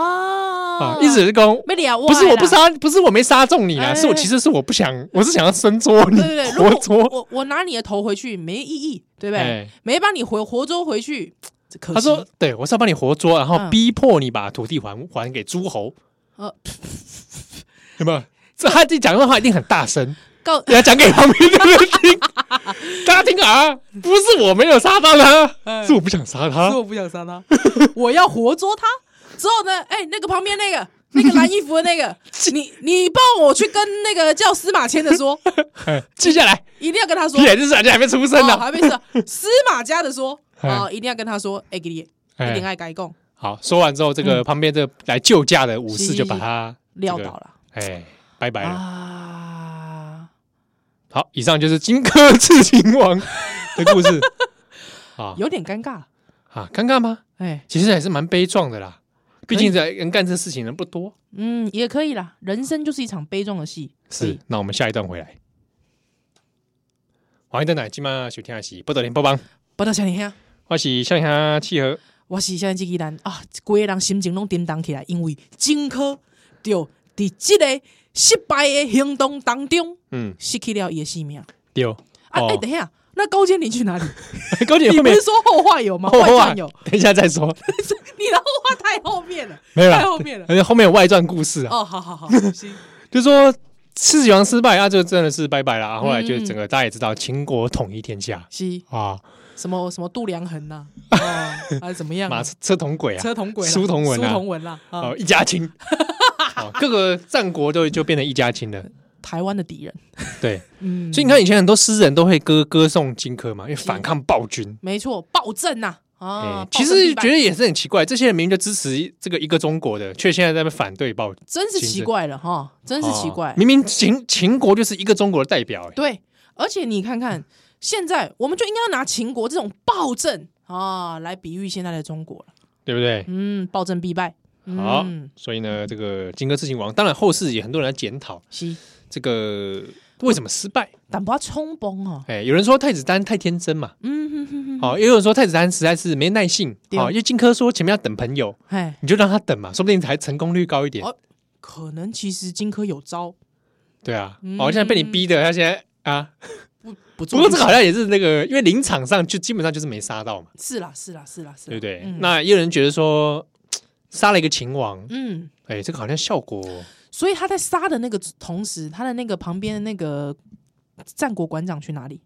S1: 啊！一直攻，
S2: 没聊，
S1: 不是我不杀，不是我没杀中你
S2: 哎
S1: 啦，是我其实是我不想，我是想要伸捉你
S2: 对对对，，如
S1: 活
S2: 果
S1: 捉。
S2: 我我拿你的头回去没意义，对不对？
S1: 哎，
S2: 没把你回活捉回去，这可惜
S1: 他说：“对，我是要帮你活捉，然后
S2: 嗯
S1: 逼迫你把土地还还给诸侯。”
S2: 呃
S1: *laughs* 有没有？这他自己讲的话一定很大声， *laughs*
S2: 告 *laughs*
S1: 要讲给旁边的人听。 *laughs* 大家听啊，不是我没有杀到他，
S2: 哎
S1: 是我不想杀他
S2: 是。我不想杀他， *laughs* 我要活捉他。之后呢，哎，那个旁边那个那个蓝衣服的
S1: *laughs*
S2: 那个，你你帮我去跟那个叫司马迁的说，
S1: 哎接下来，
S2: 一定
S1: *laughs*
S2: 要跟他说
S1: 屁，孩子是还没出生
S2: 哦
S1: 呢。
S2: 还没事，司马家的说
S1: 啊 *laughs*
S2: 哦
S1: 哎
S2: 啊，一定要跟他说，哎，给你嗯一定
S1: 哎
S2: 爱改供
S1: 好，说完之后，这个旁边这个来救驾的武士
S2: 是
S1: 就把他
S2: 撂
S1: 这个
S2: 倒了
S1: 哎拜拜了。
S2: 啊！
S1: 好，以上就是荆 *laughs* 轲刺秦王的故事啊
S2: 有点尴尬，
S1: 啊，尴尬吗？
S2: 哎，
S1: 其实还是蛮悲壮的啦，毕竟在人干这事情的人不多。
S2: 嗯，也可以啦。人生就是一场悲壮的戏，可
S1: 是
S2: 以，
S1: 那我们下一段回来。欢迎登来，今晚收听的是《不得连播帮》，
S2: 不到小林兄，
S1: 我是向下契合。
S2: 我是现在这个人啊，规个人心情拢颠荡起来，因为荆轲就伫即个失败的行动当中
S1: 嗯，
S2: 失去了伊的性命。
S1: 丢
S2: 啊，哎、
S1: 哦
S2: 等一下，那高渐离
S1: *laughs*
S2: 去哪里？
S1: 高姐后
S2: 你不
S1: 面
S2: 是说后话有吗？
S1: 后
S2: 外
S1: 话
S2: 传哦有，
S1: 等一下再
S2: *laughs*
S1: 说，
S2: 你的后话太后
S1: *laughs*
S2: 面了，
S1: 没有啦
S2: 太后面了。
S1: 而且后面有外传故事啊，
S2: 哦，好好好，行，
S1: 就说狮子王失败啊，就真的是拜拜啦。后来就
S2: 嗯
S1: 整个大家也知道，秦国统一天下
S2: 是
S1: 啊，
S2: 什么什么度量
S1: *laughs*
S2: 衡呐、哦，还是怎么样啊、
S1: 马车同轨啊，
S2: 车同轨啦、
S1: 书同文啊
S2: 书同文啦、啊，
S1: 哦，一家
S2: *laughs*
S1: 亲，哦各个战国都就变成一家亲了。
S2: 台湾的敌人，
S1: 对，
S2: 嗯，
S1: 所以你看以前很多诗人都会歌歌颂荆轲嘛，因为反抗暴君。
S2: 没错，暴政呐、啊，
S1: 哎
S2: 啊，
S1: 其
S2: 暴政
S1: 实
S2: 必败
S1: 觉得也是很奇怪，这些人明明就支持这个一个中国的，却现在在那边反对暴，
S2: 真是奇怪了哈，真
S1: 真
S2: 是奇怪，
S1: 明明秦秦国就是一个中国的代表、哎
S2: 对，而且你看看现在，我们就应该要拿秦国这种暴政啊来比喻现在的中国了，
S1: 对不对？
S2: 嗯，暴政必败，
S1: 好
S2: 嗯，，
S1: 所以呢，这个荆轲刺秦王，当然后世也很多人来检讨
S2: 是，
S1: 这个为什么失败。
S2: 但不要冲崩哦，
S1: 哎，有人说太子丹太天真嘛，
S2: 嗯哼哼哼，
S1: 哦，也有人说太子丹实在是没耐性，
S2: 对
S1: 哦，因为荆轲说前面要等朋友，
S2: 哎，
S1: 你就让他等嘛，说不定还成功率高一点
S2: 哦。可能其实荆轲有招，
S1: 对啊，
S2: 嗯
S1: 哦，现在被你逼的，他现在啊，
S2: 不不
S1: 不
S2: 做
S1: 过这个
S2: 就
S1: 好像也是那个，因为临场上就基本上就是没杀到嘛。
S2: 是啦是啦是啦是
S1: 对
S2: 啦，
S1: 不对？
S2: 嗯
S1: 那也有人觉得说，杀了一个秦王，
S2: 嗯。
S1: 哎、这个好像效果
S2: 所以他在杀的那个同时，他的那个旁边的那个战国馆长去哪里？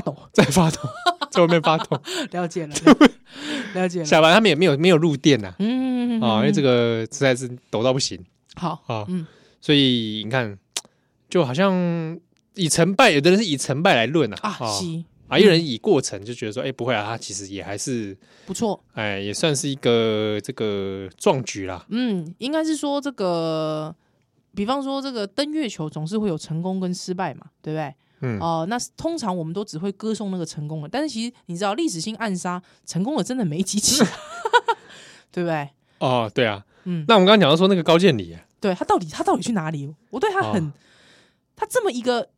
S1: *laughs*
S2: 抖，
S1: *laughs* 在发抖，在外面发抖。
S2: 了解 *laughs* 了，了解了解了。
S1: *laughs* 下班他们也没有没有入店呐、
S2: 嗯
S1: 啊，因为这
S2: 个
S1: 个实在是抖到不行
S2: 好，
S1: 啊，
S2: 嗯
S1: 所以你看，就好像以成败，有的人是以成败来论啊，
S2: 啊，是
S1: 啊，有人以过程就觉得说，哎、不会啊，他其实也还是，
S2: 不错，
S1: 哎、也算是一个这个壮举啦。
S2: 嗯，应该是说这个，比方说这个登月球总是会有成功跟失败嘛，对不对？
S1: 嗯，
S2: 哦、那是通常我们都只会歌颂那个成功的，但是其实你知道，历史性暗杀成功的真的没几起， *laughs* 对不对？
S1: 哦，对啊，
S2: 嗯，
S1: 那我们刚刚讲到说那个高渐离啊，
S2: 对他到底他到底去哪里？我对他
S1: 哦
S2: 很，他这么一个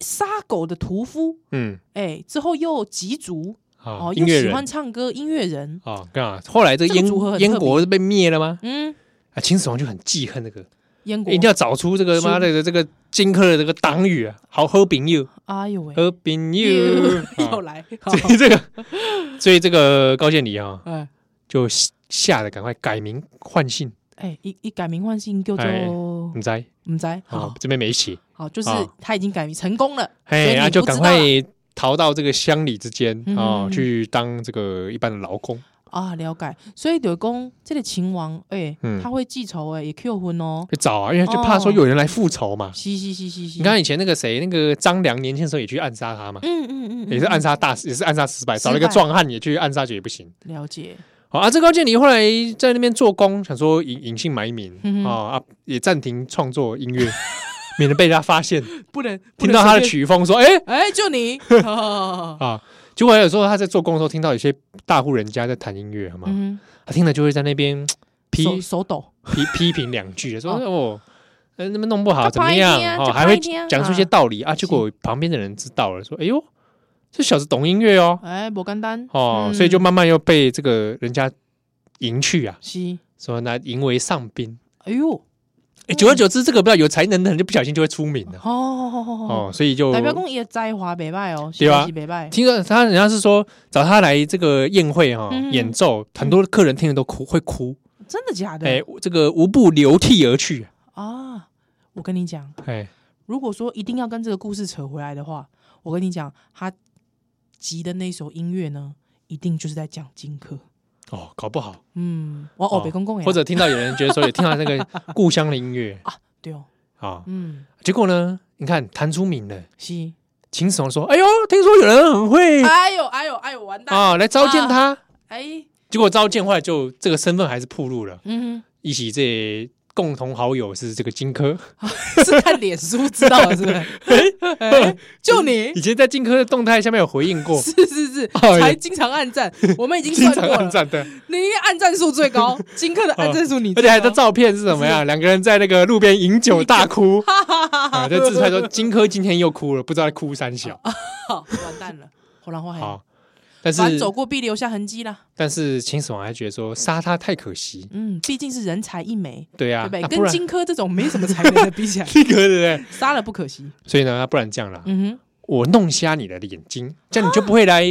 S2: 杀狗的屠夫，
S1: 嗯，
S2: 哎、之后又吉足
S1: 啊，
S2: 哦，
S1: 音
S2: 又
S1: 乐
S2: 喜
S1: 人
S2: 欢唱歌，音乐人，
S1: 啊，干嘛？后来这个
S2: 这个
S1: 燕
S2: 组合很特别
S1: 燕国被灭了吗？
S2: 嗯，
S1: 啊，秦始皇就很记恨这个，
S2: 燕国
S1: 一定，要找出这个
S2: 是
S1: 妈的这个荆轲的这个党羽啊，好喝饼友，
S2: 哎呦喂，
S1: 喝饼
S2: *laughs*
S1: 友
S2: 又，又
S1: 啊
S2: 来，
S1: 所以这个， *laughs* 所以这个高渐离啊，
S2: 哎
S1: 就吓得赶快改名换姓，
S2: 哎，一一改名换姓叫
S1: 哎
S2: 做
S1: 你知
S2: 唔知，
S1: 啊
S2: 好？
S1: 这边没写，
S2: 好，就是
S1: 啊
S2: 他已经改名成功了，所以
S1: 哎，
S2: 你
S1: 然后就
S2: 不知
S1: 赶
S2: 道
S1: 快逃到这个乡里之间
S2: 嗯
S1: 啊，
S2: 嗯嗯
S1: 去当这个一般的劳工，
S2: 啊，了解，所以柳公这个秦王，哎
S1: 嗯，
S2: 他会记仇，哎，也 Q 婚哦，
S1: 去找啊，因为就怕说有人来复仇嘛。
S2: 嘻嘻嘻嘻嘻，
S1: 你看以前那个谁，那个张良年轻的时候也去暗杀他嘛。
S2: 嗯，嗯嗯嗯，
S1: 也是暗
S2: 嗯
S1: 杀大，也是暗杀失败，
S2: 失
S1: 找了一个
S2: 败
S1: 壮汉也去暗杀，就也不行。
S2: 了解，
S1: 好啊，这高渐离后来在那边做工，想说隐隐姓埋名
S2: 嗯哼
S1: 啊啊，也暂停创作音乐， *laughs* 免得被人家发
S2: *laughs*
S1: 现，
S2: 不能不
S1: 听
S2: 能
S1: 到他的
S2: 随便
S1: 曲风说哎
S2: *laughs* 哎，就你，哦
S1: 啊。结果有时候他在做工的时候，听到有些大户人家在弹音乐，好吗？
S2: *laughs* 嗯哼，
S1: 他听了就会在那
S2: *laughs*
S1: 边批
S2: 手手抖，
S1: 批批评两句，说
S2: 哦
S1: 哦。呃，那么弄不好
S2: 他
S1: 怎么
S2: 拍
S1: 样
S2: 你啊？
S1: 哦，
S2: 他
S1: 还
S2: 拍
S1: 会
S2: 你啊
S1: 讲出一些
S2: 啊
S1: 道理啊。结果旁边的人知道了，说：“哎呦，这小子懂音乐哦。”
S2: 哎，不简单
S1: 哦，所以就
S2: 嗯
S1: 慢慢又被这个人家迎去啊，
S2: 是，
S1: 说那迎为上宾。
S2: 哎呦，
S1: 哎，久而久之，这个比较有才能的人就不小心就会出名了
S2: 哦哦哦哦
S1: 哦，所以就
S2: 哦，代表讲伊的才华袂歹哦，
S1: 对啊
S2: 是袂歹，
S1: 听说他人家是说找他来这个宴会哈
S2: 嗯
S1: 演奏，很多客人听了都哭会哭，
S2: 真的假的？
S1: 哎，这个无不流涕而去。
S2: 啊，我跟你讲，
S1: 哎，
S2: 如果说一定要跟这个故事扯回来的话，我跟你讲，他集的那首音乐呢，一定就是在讲荆轲。
S1: 哦，搞不好，
S2: 嗯，我
S1: 哦
S2: 哦，北公公也
S1: 或者听到有人觉得说有听到那个故乡的音 *laughs* 乐
S2: 对哦，
S1: 啊，
S2: 嗯，
S1: 结果呢，你看弹出名了，
S2: 是，
S1: 秦始皇说：“哎呦，听说有人很会
S2: 哎呦哎呦哎呦，完蛋，
S1: 啊，来召见
S2: 啊
S1: 他。”
S2: 哎，
S1: 结果遭见坏，就这个身份还是暴露了。
S2: 嗯
S1: 一起这共同好友是这个荆
S2: *laughs*
S1: 轲，
S2: 哼，是看脸书知道的，是
S1: *laughs*
S2: 不是？哎就你
S1: 以前在荆轲的动态下面有回应
S2: *laughs*
S1: 过，
S2: 是是是，
S1: 嗯哎呀
S2: 才经常暗战，我们已经
S1: 经
S2: 算
S1: 常
S2: 过
S1: 按
S2: 了，
S1: 赞的，
S2: 你暗战数最
S1: *laughs*
S2: 高，荆轲的暗战数你
S1: 而
S2: 最
S1: 且
S2: 高，
S1: 还的照片是怎么样？两个人在那个路边饮酒大
S2: *laughs*
S1: 哭，啊，在自拍说荆轲今天又哭了，不知道在哭三
S2: *laughs*
S1: 小。
S2: 好完蛋了，火狼花海，
S1: 好，但
S2: 反正走
S1: 是
S2: 过必留下痕迹啦。
S1: 但是秦始皇还觉得说杀他太可惜，
S2: 嗯，毕竟是人才一枚，
S1: 对
S2: 对
S1: 呀
S2: 不，对？
S1: 那啊不
S2: 跟
S1: 然，
S2: 荆轲这种没什么才能的比起
S1: *laughs*
S2: 来
S1: 荆轲 *laughs* 对不对？
S2: 杀了不可惜。
S1: 所以呢，那不然这样啦，
S2: 嗯
S1: 我弄瞎你的眼睛，这样你就不会来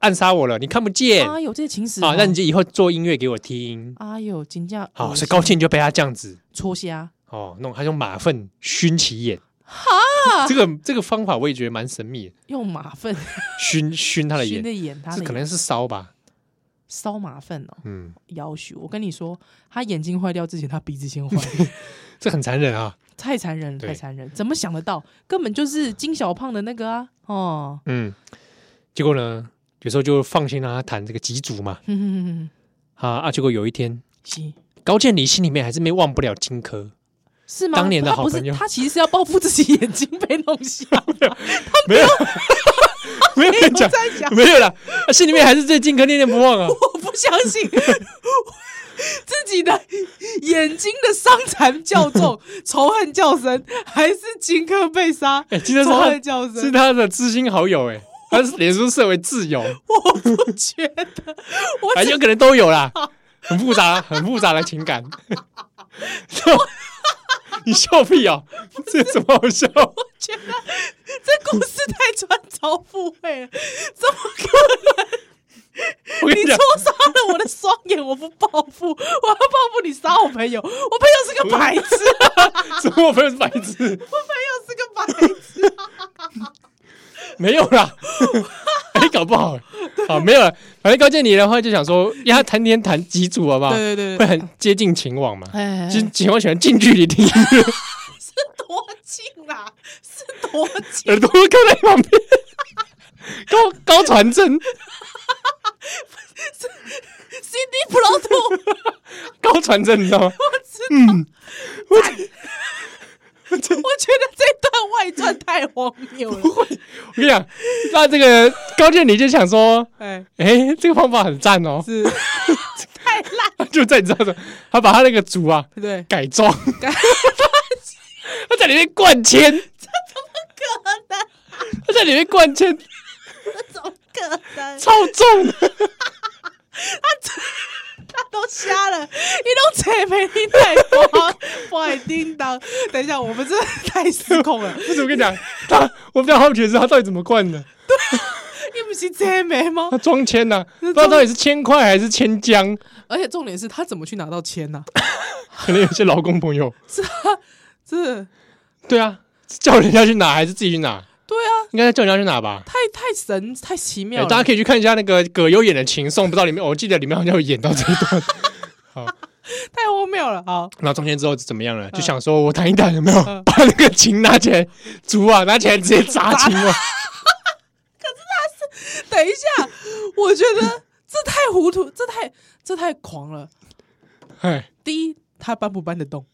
S1: 暗杀我了，你看不见
S2: 哼，
S1: 啊
S2: 哎呦，这些情史
S1: 那你就以后做音乐给我听。
S2: 哎呦，金价
S1: 好，所以高进就被他这样子
S2: 戳瞎，
S1: 哦，弄他用马粪熏其眼。哈，这个这个方法我也觉得蛮神秘的，
S2: 用马粪
S1: 熏熏他的
S2: 熏
S1: 眼，
S2: 的眼，他
S1: 这
S2: 的
S1: 可
S2: 眼
S1: 能 *laughs* 是烧吧。
S2: 烧马粪哦，
S1: 嗯，
S2: 要许我跟你说，他眼睛坏掉之前，他鼻子
S1: *laughs*
S2: 先坏，
S1: 这很残忍啊。
S2: 太残忍了，
S1: 对
S2: 太残忍，怎么想得到？根本就是金小胖的那个啊，哦， *laughs*
S1: 嗯，结果呢，有时候就放心让他弹这个吉竹嘛。
S2: 哼哼哼哼，
S1: 啊啊，结果有一天，
S2: 是
S1: 高渐离心里面还是没忘不了荆轲，
S2: 是吗？
S1: 当年的
S2: 他
S1: 好
S2: 不是
S1: 朋友
S2: 他其实是要报复自己眼睛被
S1: *laughs*
S2: 弄瞎，
S1: 没有，没有跟你
S2: 我
S1: 讲，
S2: 在想，
S1: 没有啦，他心里面还是对荆轲念念不忘 *laughs* 啊。
S2: 我不相信自己的眼睛的伤残较重，仇恨较深，还是荆轲被杀，
S1: 哎，荆轲
S2: 仇恨
S1: 是
S2: 较
S1: 他是
S2: 深。
S1: 他的知心好友，哎，他是脸书设为挚友，
S2: 我不觉得，我
S1: *laughs* 啊，有可能都有啦，很复杂，很复杂的情感。 *laughs* 你笑屁哦，这有什么好笑？
S2: 觉得这故事太穿凿附会了，怎么可能？
S1: 我跟
S2: 你
S1: 你
S2: 戳
S1: 讲，
S2: 杀了我的双眼，我不报复，我要报复你杀我朋友，我朋友是个白痴，
S1: 什么我朋友是白痴？
S2: 我朋友
S1: *laughs*
S2: 是个白痴。
S1: 没有啦， *laughs* 哎、搞不好啊，没有了。反正高渐离的话就想说，因为他谈天谈几组好不好？
S2: 对对对
S1: 会很接近秦王嘛。
S2: 哎，
S1: 秦秦王喜欢近距离听，
S2: 多近啦，是多近？
S1: 耳朵靠在旁边， *laughs* 高高传真，
S2: CD 普朗图，
S1: 高传真，你知道吗？
S2: 嗯我觉得这段外传太荒谬了。
S1: 我跟你讲，那这个高渐离就想说，
S2: 哎，
S1: 哎、这个方法很赞哦， *laughs*
S2: 是 *laughs* 太烂，
S1: 就在你知道的，他把他那个竹啊
S2: 对，
S1: 改装， *laughs*
S2: *laughs*
S1: 他在里面灌铅，
S2: 可能
S1: 他在里面灌铅，
S2: 怎么可能？
S1: 超重的。 *laughs*
S2: 他都瞎了，你都扯没听太 *laughs* 多，坏叮当。等一下，我们真的太失控 *laughs* 了。
S1: 不是我跟你讲，他我比较好奇的是他到底怎么灌的？
S2: 你不是扯没吗
S1: 他？装铅呐，不知道到底是铅块还是铅浆，
S2: 而且重点是他怎么去拿到签啊呢、
S1: 可能有些劳工朋友。 *laughs*
S2: 这
S1: 对啊，是叫人家去拿还是自己去拿？
S2: 对啊，
S1: 应该是叫人家去拿吧。
S2: 太太神太奇
S1: 哎
S2: 妙了。啊
S1: 大家可以去看一下那个葛优演的《情颂》，不知道里面，我记得里面好像有演到这一段。 *laughs*
S2: 太荒谬了，好，
S1: 然后中间之后怎么样了？就想说我弹一弹有没有 *laughs* 把那个琴拿起来，竹啊拿起来直接砸琴啊！
S2: 等一下，我觉得这太糊涂，这太这太狂了。
S1: 哎，
S2: 第一，他搬不搬得动？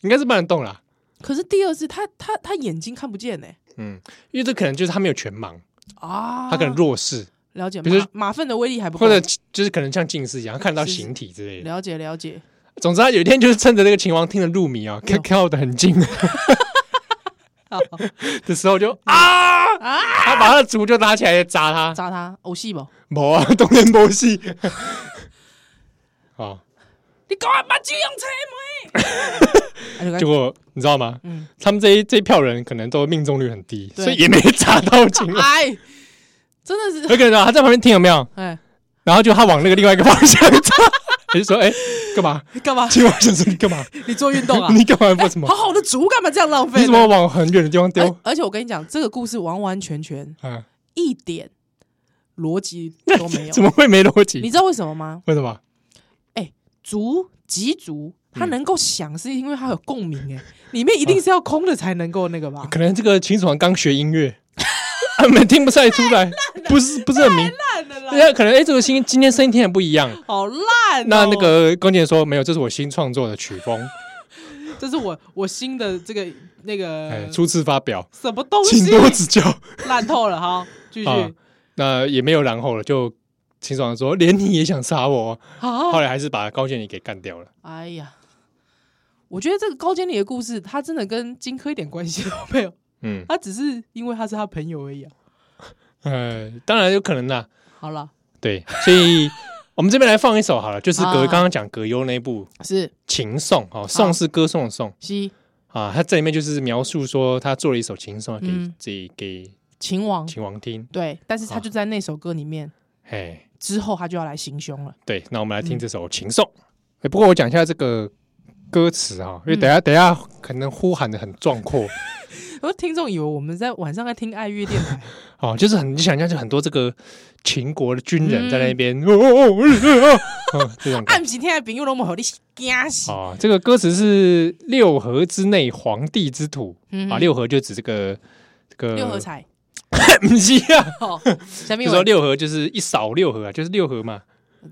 S1: 应该是搬得动啦。
S2: 可是第二是他他他眼睛看不见呢、
S1: 嗯，因为这可能就是他没有全盲，
S2: 啊，
S1: 他可能弱视，
S2: 了解，
S1: 比如
S2: 马马粪的威力还不够，
S1: 或者就是可能像近视一样，他看得到
S2: 是是
S1: 形体之类的。
S2: 了解了解，
S1: 总之，他有一天就是趁着这个秦王听得入迷啊，看靠得很近
S2: *laughs* 好
S1: 的时候就啊
S2: *laughs* 啊
S1: 他把他的竹就拿起来砸他，
S2: 扎他偶戏吧，
S1: 没啊，东天波
S2: *laughs*
S1: 戏。哦好，
S2: 你搞我把鸡用车没？啊
S1: 结
S2: 就
S1: 果你知道吗？
S2: 嗯
S1: 他们这一这一票人可能都命中率很低，
S2: 对
S1: 所以也没砸到秦
S2: 跟 *laughs*
S1: 王。
S2: 哎，真的是
S1: 有可能啊他在旁边听有没有？
S2: 哎，
S1: 然后就他往那个另外一个方向砸，
S2: *laughs*
S1: 他就说：“哎，干嘛？
S2: 你干嘛？
S1: 秦王先生，你干嘛？
S2: 你做运动啊？
S1: *laughs* 你干嘛不什么
S2: 好？好的竹干嘛这样浪费？
S1: 你怎么？往很远的地方丢
S2: 而而且我跟你讲，这个故事完完全全？”
S1: 啊，
S2: 一点逻辑都哎
S1: *laughs*
S2: 没有
S1: 怎。么会没逻
S2: 你
S1: 辑？
S2: 知道为什么吗？
S1: 为什么？
S2: 竹吉竹，它
S1: 嗯
S2: 能够响是因为它有共鸣，哎，里面一定是要空的才能够那个
S1: *laughs*
S2: 吧？
S1: 哦可能这
S2: *laughs*
S1: 啊个秦始皇刚学音乐，他们听不太出来，不是不是很明，
S2: 烂了啦！
S1: 那可能哎，这个新今天声音听起来不一样。
S2: 好烂、哦。
S1: 那那个工姐说没有，这是我新创作的曲风，
S2: 这是我我新的这个那
S1: 哎，
S2: 个
S1: 初次发表，
S2: 什么东
S1: 请
S2: 西
S1: 多指教。
S2: 烂透了哈，继续
S1: 啊那也没有然后了，就清爽的说，连你也想杀我，
S2: 啊！
S1: 后来还是把高渐离给干掉了。
S2: 哎呀，我觉得这个高监理的故事，他真的跟荆轲一点关系都没有，
S1: 嗯，
S2: 他只是因为他是他朋友而已啊。
S1: 呃，当然有可能啦，
S2: 好了，
S1: 对，所
S2: *laughs*
S1: 以我们这边来放一首好了，就是葛
S2: 啊
S1: 刚刚讲葛优那一部《
S2: 是
S1: 情颂》哦，颂是歌颂的颂
S2: 西
S1: 啊，他这里面就是描述说他做了一首情颂给
S2: 嗯哦
S1: 自己给
S2: 秦王，
S1: 秦王听，
S2: 对，但是他
S1: 啊
S2: 就在那首歌里面，
S1: 嘿，
S2: 之后他就要来行凶了。
S1: 对，那我们来
S2: 嗯
S1: 听这首《情颂》哎，不过我讲一下这个歌词哈，因为
S2: 嗯
S1: 等一下等一下可能呼喊的很壮
S2: *laughs*
S1: 阔。
S2: 然后听众以为 *laughs* 我们在晚上在听爱乐电台，
S1: 哦，就是很你想象，就很多这个秦国的军人在那边、哦哦，这种感
S2: *laughs* 嗯 *laughs* 暗
S1: 觉。
S2: 时听的朋友都没有你惊死。
S1: 哦，这个歌词是六合之内，皇帝之土、
S2: 嗯
S1: 啊。
S2: 哼
S1: 六合就指这个这个
S2: 六合，彩，
S1: 不是啊，
S2: 哦，下
S1: *laughs*
S2: 面
S1: 就
S2: 有
S1: 说六合就是一扫六合啊，就是六合嘛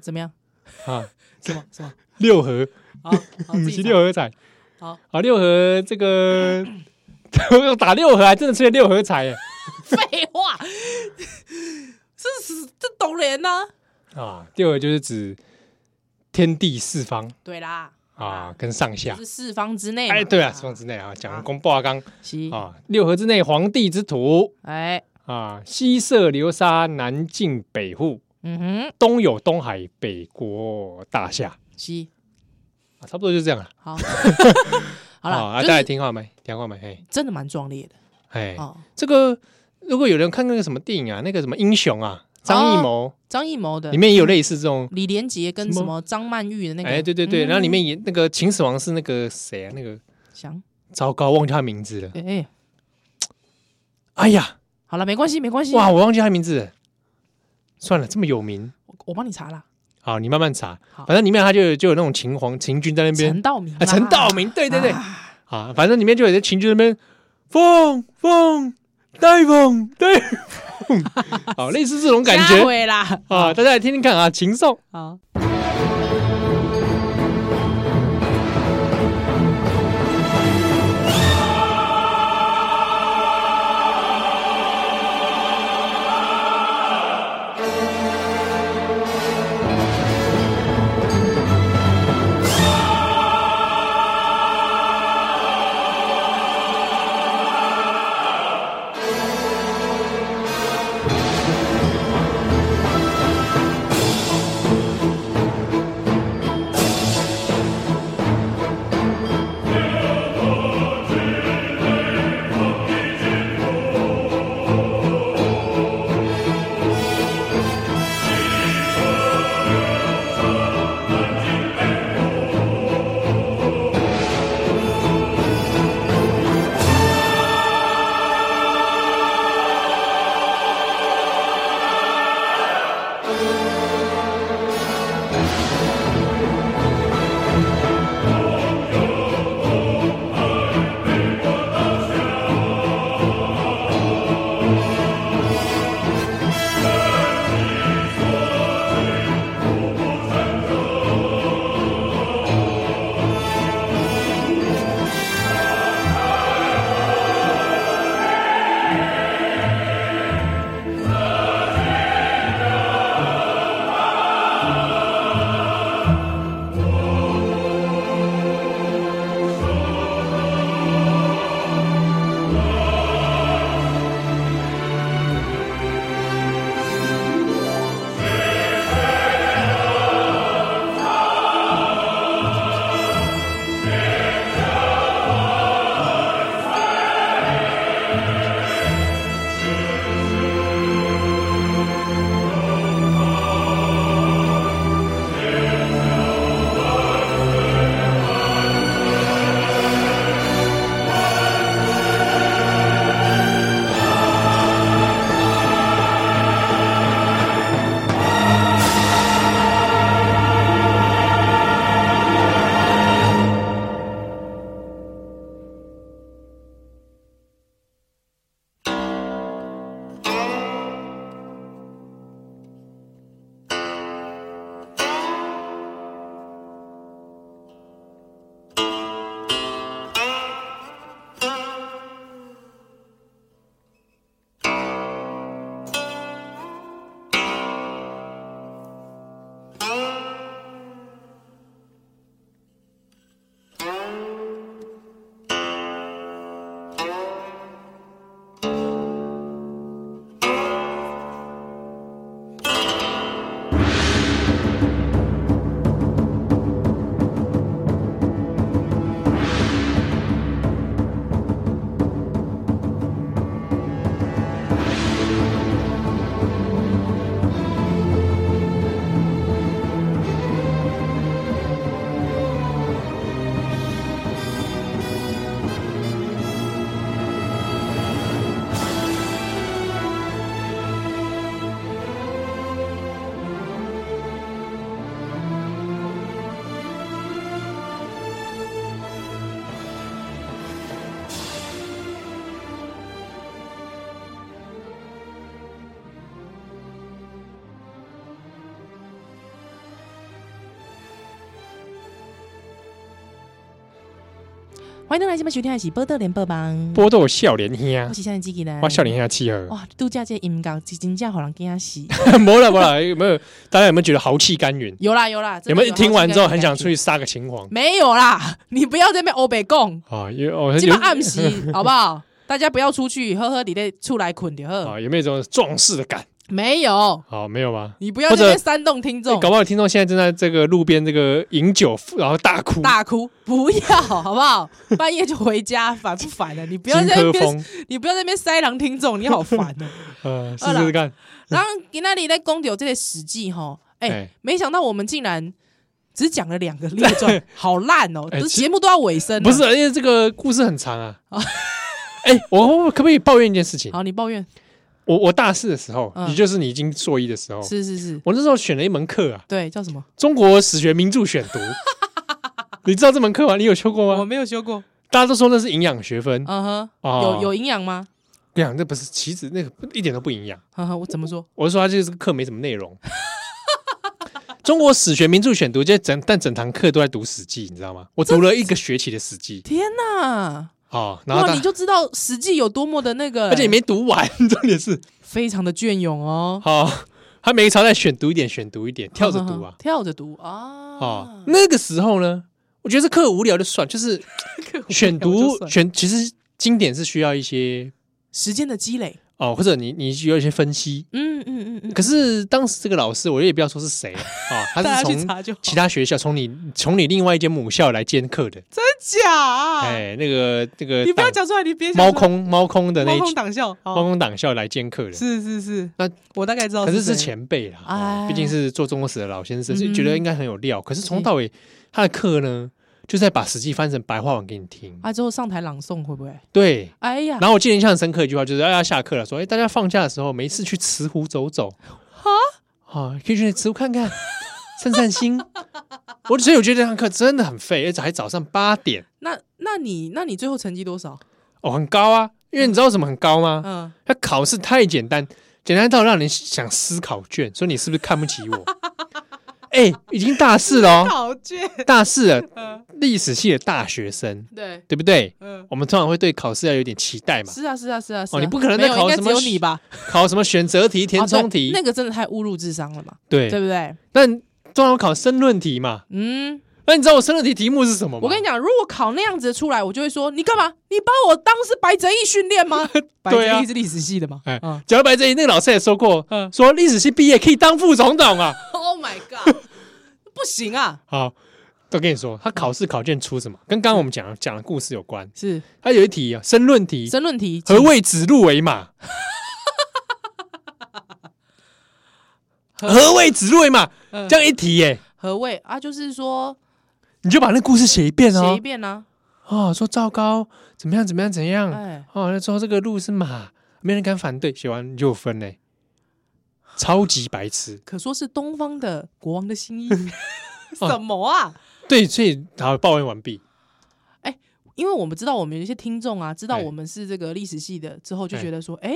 S2: 怎么样？ *laughs*
S1: 啊，
S2: 什么什么？
S1: 六合
S2: 好，好，
S1: 不
S2: 哦自
S1: 是
S2: 己
S1: 六合彩
S2: 好
S1: 啊，六合这个打六合还真的出现六合彩耶
S2: 查 *laughs* 废话，这是这懂人呐。
S1: 啊，六合就是指天地四方
S2: 对啦，
S1: 啊，跟上下
S2: 就。是四方之内嘛。嗯
S1: 哎，对啊，四方之内啊，讲公报刚
S2: 西，
S1: 啊，六合之内，皇帝之土
S2: 哎，
S1: 啊，西涉流沙，南进北户，
S2: 嗯哼，
S1: 东有东海，北国大夏
S2: 西，
S1: 啊，差不多就这样了。
S2: *laughs* 好，好
S1: 啊
S2: 了，
S1: 啊，
S2: 就
S1: 大家
S2: 是
S1: 听话没？听话没？嘿，
S2: 真的蛮壮烈的
S1: 嘿，
S2: 哦。
S1: 这个如果有人看那个什么电影啊，那个什么英雄啊，
S2: 哦
S1: 张艺谋
S2: 张艺谋的
S1: 里面也有类似这种。
S2: 李连杰跟
S1: 什
S2: 什
S1: 么
S2: 么张曼玉的那个，
S1: 哎，对对对，然后里面
S2: 嗯
S1: 也那个秦始皇是那个谁啊？那个
S2: 想，
S1: 糟糕，忘记他名字了。
S2: 哎哎，
S1: 哎呀，
S2: 好了，没关系，没关系，
S1: 哇，我忘记他名字了。算了，这么有名，
S2: 我我帮你查啦。
S1: 好，你慢慢查
S2: 好。
S1: 反正里面他就有就有那种秦皇秦军在那边
S2: 陈道明啦，
S1: 啊，陈道明，对对对，
S2: 啊
S1: 啊，反正里面就有些情侣在那边风风带风带风，
S2: *laughs*
S1: 好，类似这种感
S2: 加
S1: 觉
S2: 回啦
S1: 啊，大家来听听看啊，秦颂
S2: 啊！
S3: 啊！
S2: 欢迎来这边收听的是《波特连播帮》，
S1: 波豆笑脸兄啊
S2: 我，是向你自己人，
S1: 哇，笑脸兄啊契合。
S2: 哇，度假这音乐是真正好人惊死。
S1: *laughs* 没了没了，有没有？大家有没有觉得豪气干云？
S2: 有啦有啦，真
S1: 有
S2: 的
S1: 没有听完之后很想出去
S2: 有
S1: 杀个秦皇
S2: 好几个人感觉？没有啦，你不要在那边欧北贡，
S1: 啊？有哦，
S2: 基
S1: 有
S2: 本暗时好不好？大家不要出去，呵呵，你在出来困就好。
S1: 啊，有没有这种壮士的感？
S2: 没有，
S1: 好，没有吗？
S2: 你不要
S1: 或
S2: 在
S1: 者
S2: 那边煽动听众
S1: 欸搞不好听众现在正在这个路边这个饮酒，然后大哭。
S2: 大哭，不要好不好？半夜就回家，烦不烦啊？你不要
S1: 荆
S2: 在那
S1: 轲
S2: 边， *laughs*
S1: 风，
S2: 你不要在那边塞狼听众，你好烦 *laughs* 哦。
S1: 呃，试
S2: 好啦
S1: 试看。
S2: 然后给那里在公有这些史记哈，哎、
S1: 哎
S2: 没想到我们竟然只讲了两个列
S1: *laughs*
S2: 传，好烂哦、
S1: 哎
S2: 这
S1: 其
S2: 节目都要尾声
S1: 不
S2: 了，
S1: 是，因为这个故事很长啊。
S2: 哦
S1: *laughs* 哎，我我可不可以抱怨一件事情？
S2: 好，你抱怨
S1: 我我大四的时候，
S2: 哦嗯
S1: 也就是你已经硕一的时候，
S2: 是是是，
S1: 我那时候选了一门课啊，
S2: 对，叫什么？
S1: 中国史学名著选
S2: *laughs*
S1: 读。你知道这门课吗？你有修过
S2: 我
S1: 吗？
S2: 没有修过，
S1: 大家都说那是营养学分，
S2: 嗯哼，
S1: 哦
S2: 有有营养吗？
S1: 营养那不是，其实那个一点都不营养。
S2: 呵呵，我怎么说？
S1: 我是说，他这个课没什么内容。 *laughs* 中国史学名著选读，就整但整堂课都在读《史记》，你知道吗？我读了一个学期的《史记
S2: 天哪！》
S1: 啊，然后
S2: 哇，
S1: 大
S2: 你就知道《史记》有多么的那个，
S1: *laughs* 而且也没读完，重点
S2: *laughs*
S1: 是
S2: 非常的隽永哦，
S1: 啊，他每一朝在选读一点，选读一
S2: *laughs*
S1: 点，跳着
S2: 呵
S1: 读
S2: 呵
S1: 啊
S2: 呵跳着读啊，
S1: 啊。那个时候呢，我觉得这课无聊就算，
S2: *laughs*
S1: 就是选读选，其实经典是需要一些
S2: 时间的积累，
S1: 哦，或者你你需要一些分析。
S2: 嗯嗯嗯嗯，
S1: 可是当时这个老师，我也不要说是谁啊，他
S2: 大
S1: 是
S2: 家去
S1: 从
S2: 查就好，
S1: 其他学校，从你从你另外一间母校来兼课的。
S2: 假啊，
S1: 哎，那个那个
S2: 你不要
S1: 党
S2: 讲出来，你别讲出来
S1: 猫空猫空的那
S2: 猫
S1: 一
S2: 空
S1: 群
S2: 党校，好
S1: 猫空党校来兼课的，
S2: 是是是，
S1: 那
S2: 我大概知道
S1: 可是是
S2: 谁
S1: 前辈啦，哦
S2: 哎
S1: 毕竟是做中国史的老先生，
S2: 嗯
S1: 所以觉得应该很有料。可是从到尾他的课呢，就是在把《史记》翻成白话文给你听。
S2: 啊，之后上台朗诵会不会？
S1: 对，
S2: 哎呀，
S1: *laughs* 然后我记得印象很深刻一句话，就是大家下课了，说：“哎，大家放假的时候没事去慈湖走走，啊，可以去慈湖看 *laughs* 看，散散心。”我所以我觉得这堂课真的很废，而且还早上八点，
S2: 那那你那你最后成绩多少？
S1: 哦，很高啊，因为你知道为什么很高吗？
S2: 嗯，
S1: 他考试太简单，简单到让人想撕考卷，说你是不是看不起
S2: *laughs*
S1: 我？哎、已经大四了、哦，
S2: 考卷，
S1: 大四了，
S2: 嗯，
S1: 历史系的大学生，
S2: 对，
S1: 对不对？
S2: 嗯，
S1: 我们通常会对考试要有点期待嘛，
S2: 是啊是啊是啊，是
S1: 哦
S2: 啊
S1: 你不可能
S2: 没
S1: 再
S2: 有
S1: 考
S2: 应该
S1: 什
S2: 只
S1: 么
S2: 有你吧？
S1: 考什么选择题、填
S2: 哦对
S1: 充题，
S2: 那个真的太侮辱智商了嘛，
S1: 对
S2: 对不对？
S1: 但通常考申论题嘛，
S2: 嗯，
S1: 那你知道我申论题题目是什么吗？
S2: 我跟你讲，如果考那样子出来，我就会说你干嘛？你把我当是白泽义训练吗？
S1: *laughs*
S2: 白
S1: 对啊
S2: 泽义是历史系的嘛？
S1: 哎
S2: 嗯
S1: 讲到白这里，那个老师也说过，
S2: 嗯
S1: 说历史系毕业可以当副总统
S2: *laughs*
S1: 啊。
S2: *laughs* ，Oh my god，不 *laughs* 行啊，
S1: 好，都跟你说，他考试考卷出什么，跟刚刚我们讲讲的故事有关。
S2: 是
S1: 他有一题啊，申论题，
S2: 申论题，
S1: 何谓指鹿为
S2: *laughs*
S1: 马？何谓指鹿为马？
S2: 嗯
S1: 这样一提耶，
S2: 何谓啊？就是说
S1: 你就把那故事写一遍
S2: 写
S1: 哦
S2: 一。遍啊呢，
S1: 哦，说赵高怎么样怎么样怎样，
S2: 哎，
S1: 哦，说这个鹿是马，没人敢反对，写完你就有分嘞。超级白痴，
S2: 可说是东方的国王
S1: *laughs*
S2: 的新衣。什么啊？
S1: 对，所以好抱怨完毕。
S2: 因为我们知道，我们有一些听众啊，知道
S1: 哎
S2: 我们是这个历史系的，之后就
S1: 哎
S2: 觉得说，哎，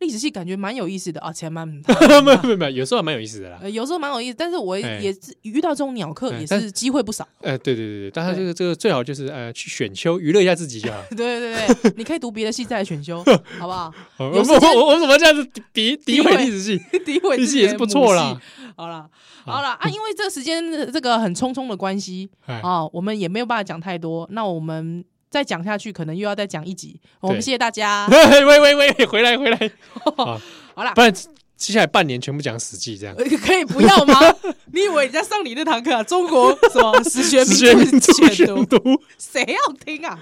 S2: 历史系感觉蛮有意思的啊，前
S1: *laughs*
S2: 蛮
S1: 没有没有没有，有时候还蛮有意思的啦。
S2: 呃有时候蛮有意思，但是我
S1: 哎
S2: 也也是遇到这种鸟课
S1: 哎
S2: 也
S1: 但
S2: 是机会不少。 *laughs*
S1: 呃，对对对对，但他这个这个最好就是呃去选修娱乐一下自己就好。
S2: 对对对对，你可以读别的系再来
S1: *laughs*
S2: 选修，好不好？ *laughs*
S1: 哦
S2: 有
S1: 我
S2: 时
S1: 我
S2: 间
S1: 我我怎么这样子诋诋
S2: 诋毁
S1: 毁历史系？
S2: 诋毁
S1: 历史系
S2: 自己
S1: 也
S2: 的
S1: 是不
S2: 母
S1: 错
S2: 系
S1: 啦。
S2: 好啦，好啦，啊，因为这时间呃这个很匆匆的关系
S1: 哎
S2: 啊，我们也没有办法讲太多。那我们再讲下去，可能又要再讲一集。我们
S1: 对。
S2: 谢谢大家
S1: *laughs*
S2: *laughs*
S1: 喂喂喂喂，回来回来，
S2: 哦好啦
S1: 不，然接下来半年全部讲《史记》这样。
S2: 呃可以不要吗？你以为人家上你那堂课啊？中国什么史学
S1: 史学
S2: 名
S1: 名
S2: 著
S1: 著
S2: 选
S1: 选
S2: 读，
S1: 读，
S2: 谁要听啊？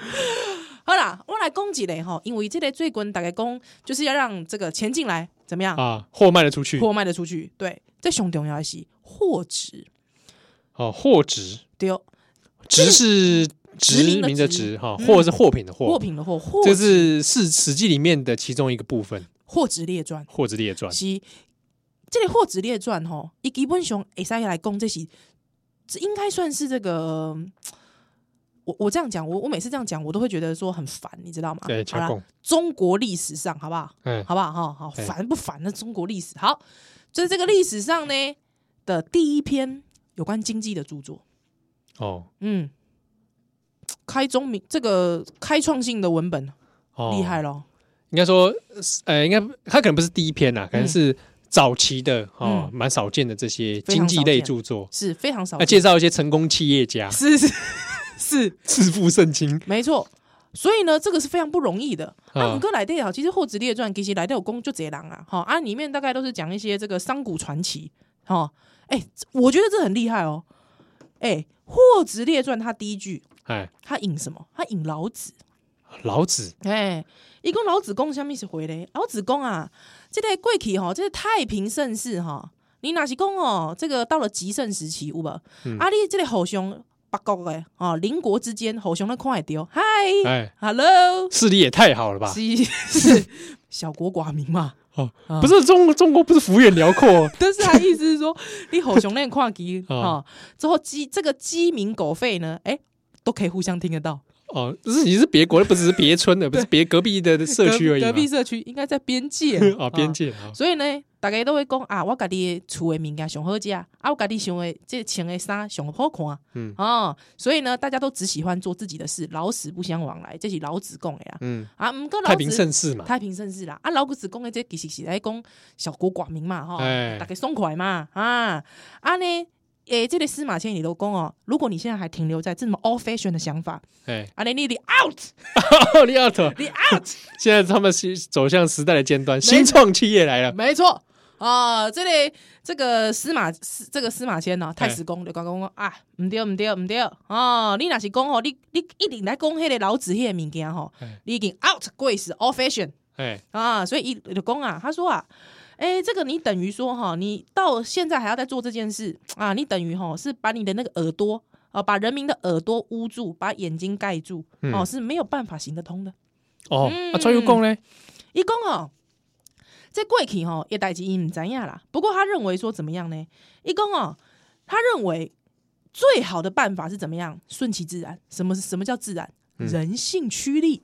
S2: 好啦，我来攻击嘞哈，因为这类最滚大概攻就是要让这个钱进来，怎么样？
S1: 啊，货卖得出去
S2: 货卖得出去，对，这熊重要的是货值
S1: 哦，货值
S2: 对哦，
S1: 值是
S2: 殖
S1: 殖
S2: 民的
S1: 民的
S2: 殖
S1: 殖哈，
S2: 嗯
S1: 货是货品的
S2: 货
S1: 货，
S2: 品的货，货
S1: 这是是《史记》里面的其中一个部分，《
S2: 货值列传
S1: 货之列传》》。
S2: 是这个货值列传吼，伊基本上会使来讲这是，这应该算是这个。我我这样讲，我我每次这样讲，我都会觉得说很烦，你知道吗？
S1: 对，
S2: 好
S1: 加
S2: 啦，
S1: 工，
S2: 中国历史上好不好？
S1: 嗯，
S2: 好不好？哈，好
S1: 哎
S2: 烦不烦？那中国历史好，就是这个历史上呢的第一篇有关经济的著作，
S1: 哦，
S2: 嗯，开宗明这个开创性的文本，
S1: 哦
S2: 厉害咯。
S1: 应该说，呃，应该他可能不是第一篇啦，
S2: 嗯
S1: 可能是早期的哦，蛮少见的这些经济类著作，
S2: 是非常少
S1: 那
S2: 见。
S1: 介绍一些成功企业家
S2: *laughs* 是是是，
S1: 致富圣经
S2: 没错。所以呢，这个是非常不容易的。那
S1: 啊
S2: 五哥来电啊，其实《霍子列传》其实来电有功就贼狼啊，哈啊，里面大概都是讲一些这个商贾传奇，哈，哎、我觉得这很厉害哦，哎、霍子列传》它第一句，
S1: 哎，
S2: 它引什么？它引老子，
S1: 老子
S2: 哎，伊讲老子讲什么是回嘞？老子讲啊，这个过去吼，这个太平盛世吼，你若是讲哦，这个到了极盛时期有无？啊，你这个互相北国的哦，邻国之间互相都看会到，嗨
S1: 哎，
S2: ，hello，
S1: 视力也太好了吧？
S2: 是是小国寡民嘛？ *laughs*
S1: 哦
S2: 啊，
S1: 不是中中国不是幅员辽阔哦
S2: 但是他意思是说，你吼熊那跨级
S1: *laughs* 啊
S2: 啊，之后鸡这个鸡鸣狗吠呢，哎、都可以互相听得到。
S1: 哦，只是你是别国，不只是别村的，不是别隔壁的社区而已
S2: 隔
S1: 嘛
S2: 隔壁社区应该在边界
S1: *laughs* 啊，边界啊，
S2: 所以呢，大家都会讲啊，我家己的厝的物件上好食，啊，我家己想的这穿的衫上好看，
S1: 嗯
S2: 哦，所以呢，大家都只喜欢做自己的事，老死不相往来，这是老子讲的啦。
S1: 嗯，
S2: 啊，唔过老
S1: 太平
S2: 子
S1: 盛世嘛，
S2: 太平盛世啦，啊，老子讲的这其实是在讲小国寡民嘛，哈、
S1: 哎
S2: 大家爽快嘛，啊，啊呢，诶、这个司马迁里头讲哦，如果你现在还停留在这么 old fashion 的想法，
S1: 哎，
S2: 啊，你你你 out，
S1: 奥利奥特，
S2: 你 out。
S1: *laughs* 现在他们是走向时代的尖端，新创企业来了，
S2: 没错啊、这类这个司马司这个司马迁呢、哦
S1: 哎
S2: 太史公就讲讲讲啊，唔对唔对唔对哦，你若是讲哦，你你一定来讲迄个老子迄个物件吼
S1: 哎，
S2: 你已经 out 过时 old fashion
S1: 哎，
S2: 啊，所以伊就讲啊，他说啊。哎，这个你等于说哈，你到现在还要再做这件事啊，你等于哈是把你的那个耳朵啊，把人民的耳朵捂住，把眼睛盖住，
S1: 嗯
S2: 哦，是没有办法行得通的。
S1: 哦，
S2: 嗯
S1: 啊，川渝共呢？
S2: 伊讲哦，这过去吼、也代志伊毋知影啦。不过他认为说怎么样呢？伊讲哦，他认为最好的办法是怎么样？顺其自然。什么是什么叫自然？
S1: 嗯
S2: 人性趋利。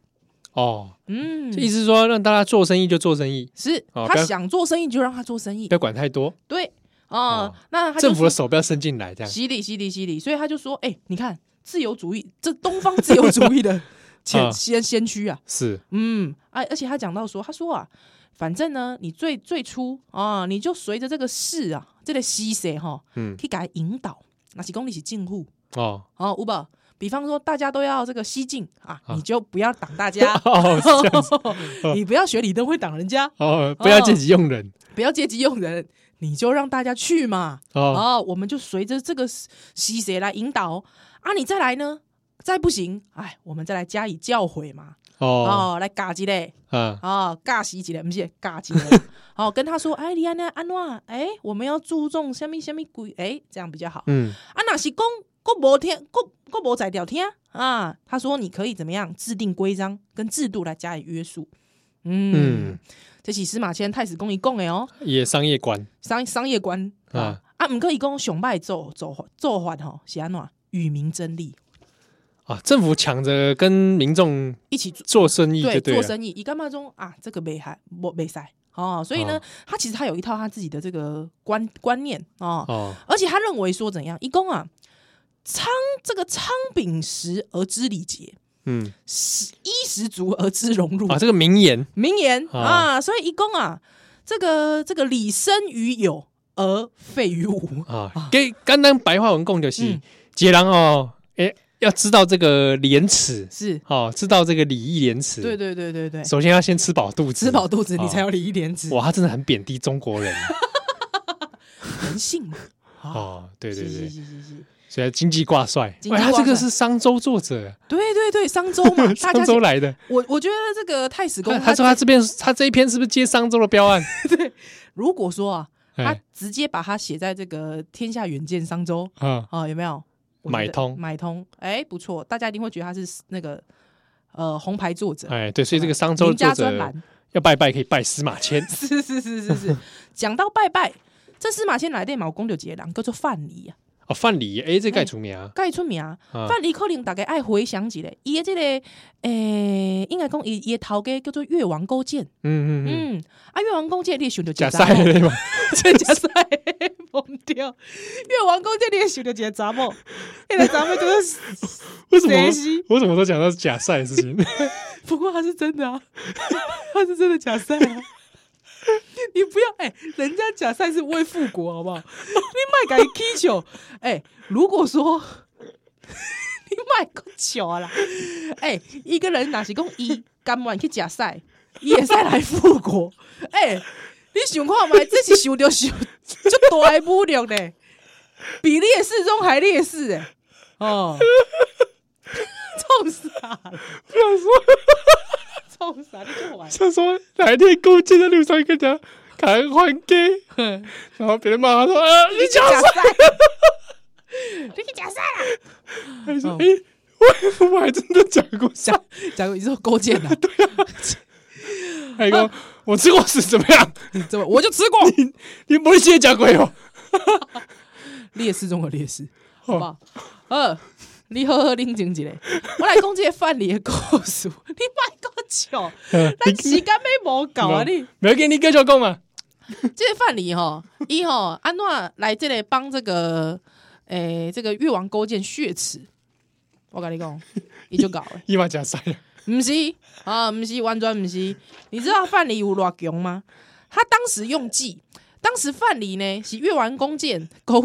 S1: 哦，
S2: 嗯，
S1: 意思是说让大家做生意就做生意，
S2: 是
S1: 哦不
S2: 他
S1: 要
S2: 想做生意就让他做生意
S1: 不。要管太多，
S2: 对
S1: 哦
S2: 哦，那他就
S1: 政府的
S2: 说
S1: 手不要伸进来，这样
S2: 犀利犀利犀利，所以他就说，哎、你看自由主义，这东方自由主
S1: *laughs*
S2: 义的前
S1: 啊
S2: 先先驱啊。
S1: 是
S2: 嗯，而、而且他讲到说，他说啊，反正呢，你最最初啊，你就随着这个事啊，这个西谁哈，
S1: 嗯
S2: 可以给他引导，那是公你是进户
S1: 哦
S2: 哦，五宝。比方说，大家都要这个西进啊，
S1: 啊，
S2: 你就不要挡大家
S1: *laughs* 哦是这样
S2: *laughs*
S1: 子
S2: 你不要学李登辉挡人家，
S1: 哦，不要借己用人
S2: 不要阶级用人，你就让大家去嘛。
S1: 哦
S2: 哦，我们就随着这个西谁来引导啊，你再来呢，再不行，哎，我们再来加以教诲嘛，
S1: 哦
S2: 哦，来嘎几嘞，
S1: 啊
S2: 哦，尬洗几个，不是尬几个， *laughs* 哦，跟他说，哎，李安娜安娜，哎，我们要注重什么什么鬼，哎，这样比较好。
S1: 嗯
S2: 啊，那是公公无天，公公无在聊天啊。他说你可以怎么样制定规章跟制度来加以约束。嗯，
S1: 嗯，
S2: 这是司马迁太史公一共的哦，
S1: 也商业观
S2: 商商业观啊
S1: 啊
S2: 啊，唔过伊讲熊拜做做做法吼是安怎与民争利，
S1: 啊，政府抢着跟民众
S2: 一起做
S1: 做生意就
S2: 做
S1: 了，
S2: 生意，一干嘛中啊，这个没害，没没塞哦，所以呢，
S1: 哦
S2: 他其实他有一套他自己的这个观观念哦，
S1: 哦
S2: 而且他认为说怎样，一公啊，仓这个仓秉实而知礼节，
S1: 嗯
S2: 食衣食足而知荣辱，
S1: 啊，这个名言
S2: 名言、
S1: 哦
S2: 啊，所以一公啊，这个这个礼生于有而废于无， *laughs*
S1: 啊，给刚刚白话文供就是
S2: 嗯
S1: 杰郎哦，哎，要知道这个廉耻
S2: 是
S1: 哦，知道这个礼义廉耻，
S2: 对对对对对，
S1: 首先要先吃饱肚子，
S2: 吃饱肚子
S1: 哦
S2: 你才有礼义廉耻，
S1: 哇，他真的很贬低中
S2: *laughs*
S1: 国人
S2: 人性嘛，啊，
S1: 哦， *laughs* 对对
S2: 是
S1: 对
S2: 是，是是是。
S1: 所以经济挂帅，
S2: 经济
S1: 喂，
S2: 挂帅
S1: 他这个是商周作者，
S2: 对对对，商周
S1: *laughs*
S2: 嘛，大家
S1: 商周来的。
S2: 我我觉得这个太史公
S1: 他，他说他这边他这一篇是不是接商周的标案？
S2: 如果说啊，他
S1: 哎
S2: 直接把它写在这个《天下远见商周
S1: 啊》
S2: 啊，有没有？我觉得
S1: 买通
S2: 买通，哎，不错，大家一定会觉得他是那个呃红牌作者，
S1: 哎，对，所以这个商周
S2: 嗯名
S1: 作
S2: 家专
S1: 者
S2: 栏， *laughs*
S1: 要拜拜可以拜司马迁
S2: 是是是是是。讲到拜拜，这司马迁来电毛公就杰郎叫做范蠡啊，
S1: 哦，范蠡哎，
S2: 嗯
S1: 这盖出名啊，
S2: 盖出名啊。
S1: 啊
S2: 范蠡可能大概爱回想起来，伊的这个诶，应该讲伊伊的头家叫做越王勾践，
S1: 嗯嗯嗯，
S2: *laughs* 嗯，啊，越王勾践你会想到
S1: 假
S2: 一个
S1: 赛
S2: 人
S1: 嘞吧？
S2: 真假赛风对，越王宫殿你也想到一个查某，那个查某就是
S1: 为什么
S2: 谁是
S1: 我怎么都讲到假赛的事情？
S2: *laughs* 不过他是真的啊，他是真的假赛啊。 *laughs* 你不要哎、人家假赛是为复国好不好？你卖给踢球哎，如果说 *laughs* 你卖个球啦，哎、一个人哪是讲伊甘愿去假赛，伊也赛来复国哎、你想看嘛？这是想着想就大的武力呢，比劣势中还劣势哎、哦， *laughs* 冲啥啦？冲啥？你就玩。
S1: 想说哪一天勾践在路上跟人家砍换 gay，然后别人骂他说：“啊，你假赛
S2: 赛，你去假赛啦！！”
S1: 他说
S2: 哦：“
S1: 哎，我我还真的讲过赛。
S2: 假假如你说勾践啊，”
S1: 还说：“我吃过屎怎么样？
S2: 你怎么我就吃过
S1: 你不会先讲鬼哦
S2: 劣势中的劣势，好不
S1: 哦
S2: 好？呃，你好好冷静一下，我来讲这个范蠡的故事，你卖个笑，？”
S1: 어,
S2: 咱时
S1: 你
S2: 间要无够啊你。
S1: 没给你跟小讲嘛？
S2: 这个范蠡吼，伊吼安怎来这里帮这个诶、这个越王勾践血耻？我跟你讲，伊就搞诶。
S1: 伊嘛假赛啊！
S2: 不是啊，不是，完全不是。你知道范蠡有多强吗？他当时用计，当时范蠡呢是越王弓箭勾，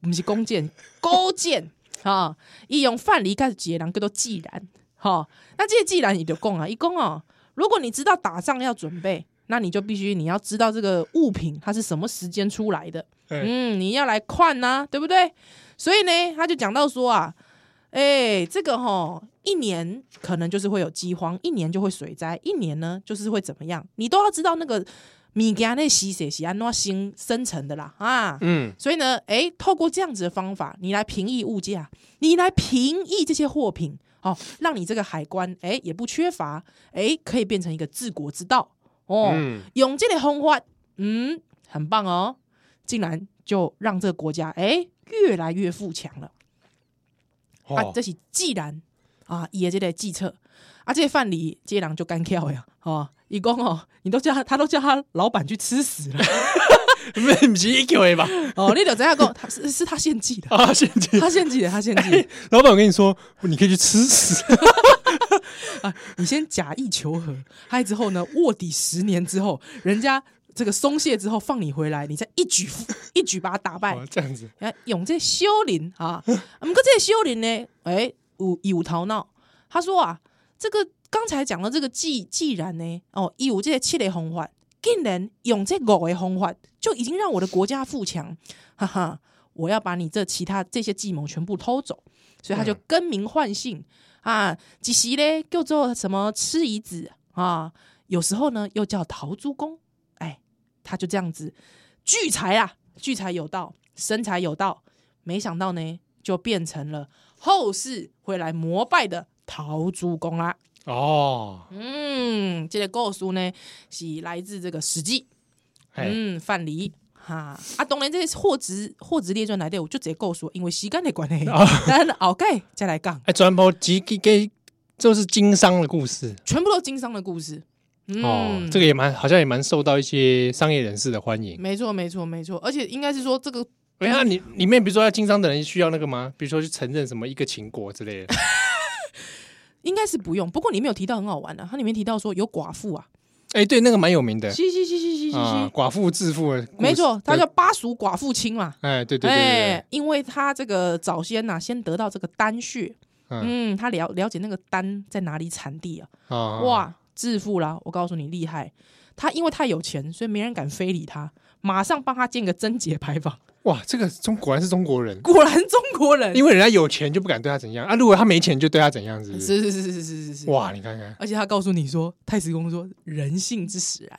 S2: 不是弓箭 *laughs* 勾践啊，伊用范蠡开始个人叫做季然哈、那这个季然伊就讲啊，伊讲哦，如果你知道打仗要准备，那你就必须你要知道这个物品它是什么时间出来的，
S1: 哎
S2: 嗯，你要来看呐、对不对？所以呢，他就讲到说啊，哎、这个吼，一年可能就是会有饥荒，一年就会水灾，一年呢就是会怎么样，你都要知道那个米家那洗水洗安怎新生成的啦啊。
S1: 嗯，
S2: 所以呢，哎、透过这样子的方法，你来平抑物价，你来平抑这些货品，哦，让你这个海关哎、也不缺乏，哎、可以变成一个治国之道哦。
S1: 嗯
S2: 用这个方法，嗯，很棒哦，竟然就让这个国家哎、越来越富强了。啊，
S1: 哦
S2: 这是既然啊，伊的这个计策啊，这个范蠡这个人就干跳呀，哦，伊讲哦，你都叫他，他都叫他老板去吃屎了，
S1: 没不是一个吧？ *laughs*
S2: 哦，你就知道讲，他是是他献计的，
S1: 啊，先进
S2: 他献计的，他献
S1: *laughs*
S2: 计的，
S1: 老板，我跟你说，你可以去吃屎。
S2: 你先假意求和，还之后呢，卧底十年之后，人家这个松懈之后放你回来，你再一举复一举把他打败
S1: 哦，这样子，
S2: 啊，用这个修林啊，我们这个修林呢，哎、有有头脑，他说啊，这个刚才讲的这个既既然呢，哦，伊有这个七个方法，竟然用这五个方法，就已经让我的国家富强，哈哈，我要把你这其他这些计谋全部偷走，所以他就
S1: 嗯
S2: 更名换姓、啊，几时呢叫做什么吃夷子啊，有时候呢又叫陶朱公，哎，他就这样子聚财啊，聚财有道，生财有道。没想到呢，就变成了后世会来膜拜的陶朱公啦。
S1: 哦，
S2: 嗯，这个故事呢是来自这个《史记》。
S1: 哎，
S2: 嗯，范蠡哈啊，当然这些货值货值列传来的，我就直接告诉，因为时间的关系
S1: *laughs* 啊，
S2: 咱后盖再来讲，
S1: 哎，转播几给给，就是经商的故事
S2: 全部都是经商的故事。嗯，
S1: 哦，这个也蛮，好像也蛮受到一些商业人士的欢迎。
S2: 没错，没错，没错，而且应该是说这个
S1: 哎，那你里面比如说要经商的人需要那个吗？比如说去承认什么一个秦国之
S2: *laughs*
S1: 类的？
S2: 应该是不用，不过里面有提到很好玩啊的、它里面提到说有寡妇啊，
S1: 哎，对，那个蛮有名的
S2: 嘻嘻嘻嘻嘻嘻
S1: 啊
S2: 嘻，，
S1: 寡妇致富的故事，
S2: 没错，它
S1: 对
S2: 叫巴蜀寡妇清嘛。
S1: 哎，对对对
S2: 哎、
S1: 对
S2: 因为他这个早先呐、先得到这个丹穴，
S1: 嗯
S2: 嗯，他了了解那个丹在哪里产地啊，
S1: 对，啊，
S2: 哇，致富啦！我告诉你，厉害！他因为太有钱，所以没人敢非礼他，马上帮他建个贞节牌坊。 *laughs*
S1: 哇，这个中果然是中国人，
S2: 果然中国人，
S1: 因为人家有钱就不敢对他怎样啊，如果他没钱就对他怎样，是不是？
S2: *laughs* 是是是是是是是，
S1: 哇，你看看，
S2: 而且他告诉你说，太史公说人性之使然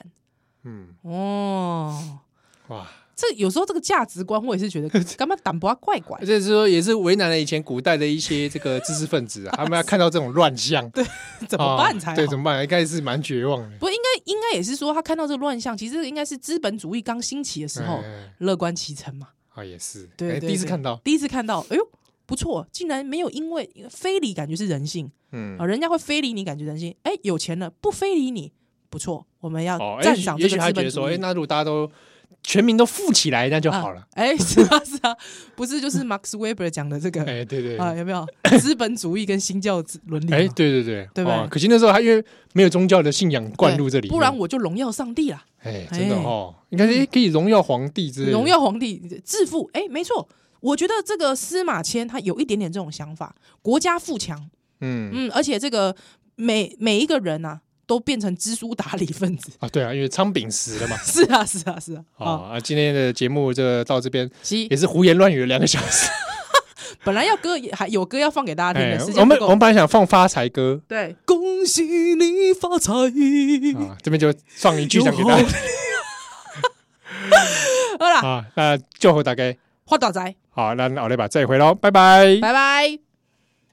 S1: 嗯，
S2: 哦。
S1: 哇，
S2: 这有时候这个价值观，我也
S1: *laughs*
S2: 是觉得干嘛胆薄啊怪怪
S1: 而。且是说也是为难了以前古代的一些这个知识分子
S2: *laughs*
S1: 啊，他们要看到这种乱象，对，
S2: 怎么办才好
S1: 对，怎么办？应该是蛮绝望的。
S2: 不应该应该也是说，他看到这个乱象，其实应该是资本主义刚兴起的时候，
S1: 哎
S2: 乐观其成嘛。
S1: 啊，也是，
S2: 对
S1: 哎
S2: 对
S1: 第一次
S2: 对
S1: 看到，
S2: 第一次看到，哎呦，不错，竟然没有因为非礼，感觉是人性
S1: 嗯
S2: 啊，，人家会非礼你，感觉人性。哎，有钱了不非礼你，不错，我们要
S1: 哦，
S2: 呃赞赏
S1: 也
S2: 这
S1: 许
S2: 个
S1: 他
S2: 资
S1: 觉得
S2: 本
S1: 说，
S2: 主
S1: 哎，
S2: 义。
S1: 那如果大家都全民都富起来，那就好了
S2: 啊。哎、 *laughs* 是啊是啊，不
S1: *laughs*
S2: 是就是 Max Weber 讲的这个、
S1: 哎，对对
S2: 啊，
S1: 对，
S2: 有没有资本主义跟新教之伦理嘛？
S1: 哎，对对对，
S2: 对吧
S1: 哦可惜那时候他因为没有宗教的信仰灌入这里
S2: 对
S1: 面，
S2: 不然我就荣耀上帝啦，
S1: 哎，真的哦，应该是哎可以荣耀皇帝之类的，
S2: 荣耀皇帝致富。哎、没错，我觉得这个司马迁他有一点点这种想法，国家富强，
S1: 嗯
S2: 嗯，而且这个每每一个人啊，都变成知书达理分子。 *laughs*
S1: 啊，对啊，因为仓廪实了嘛。
S2: 是啊，是啊， *laughs* 是啊，啊，
S1: 啊啊！今天的节目这个到这边
S2: 其
S1: 也是胡言乱语了两个小时。
S2: 本来要歌也还有歌要放给大家听
S1: 哎
S2: 啊的，时，
S1: 我
S2: 间不
S1: 们我
S2: 够。
S1: 们本来想放发财歌
S2: 对，恭喜你发财， *laughs*
S1: 啊，这边就放一句想给大
S2: 有 *laughs*
S1: 家
S2: 好啦，
S1: 啊。那就和大家
S2: 发大财，
S1: 好，那奥利吧，再会喽，拜拜。
S2: 拜拜。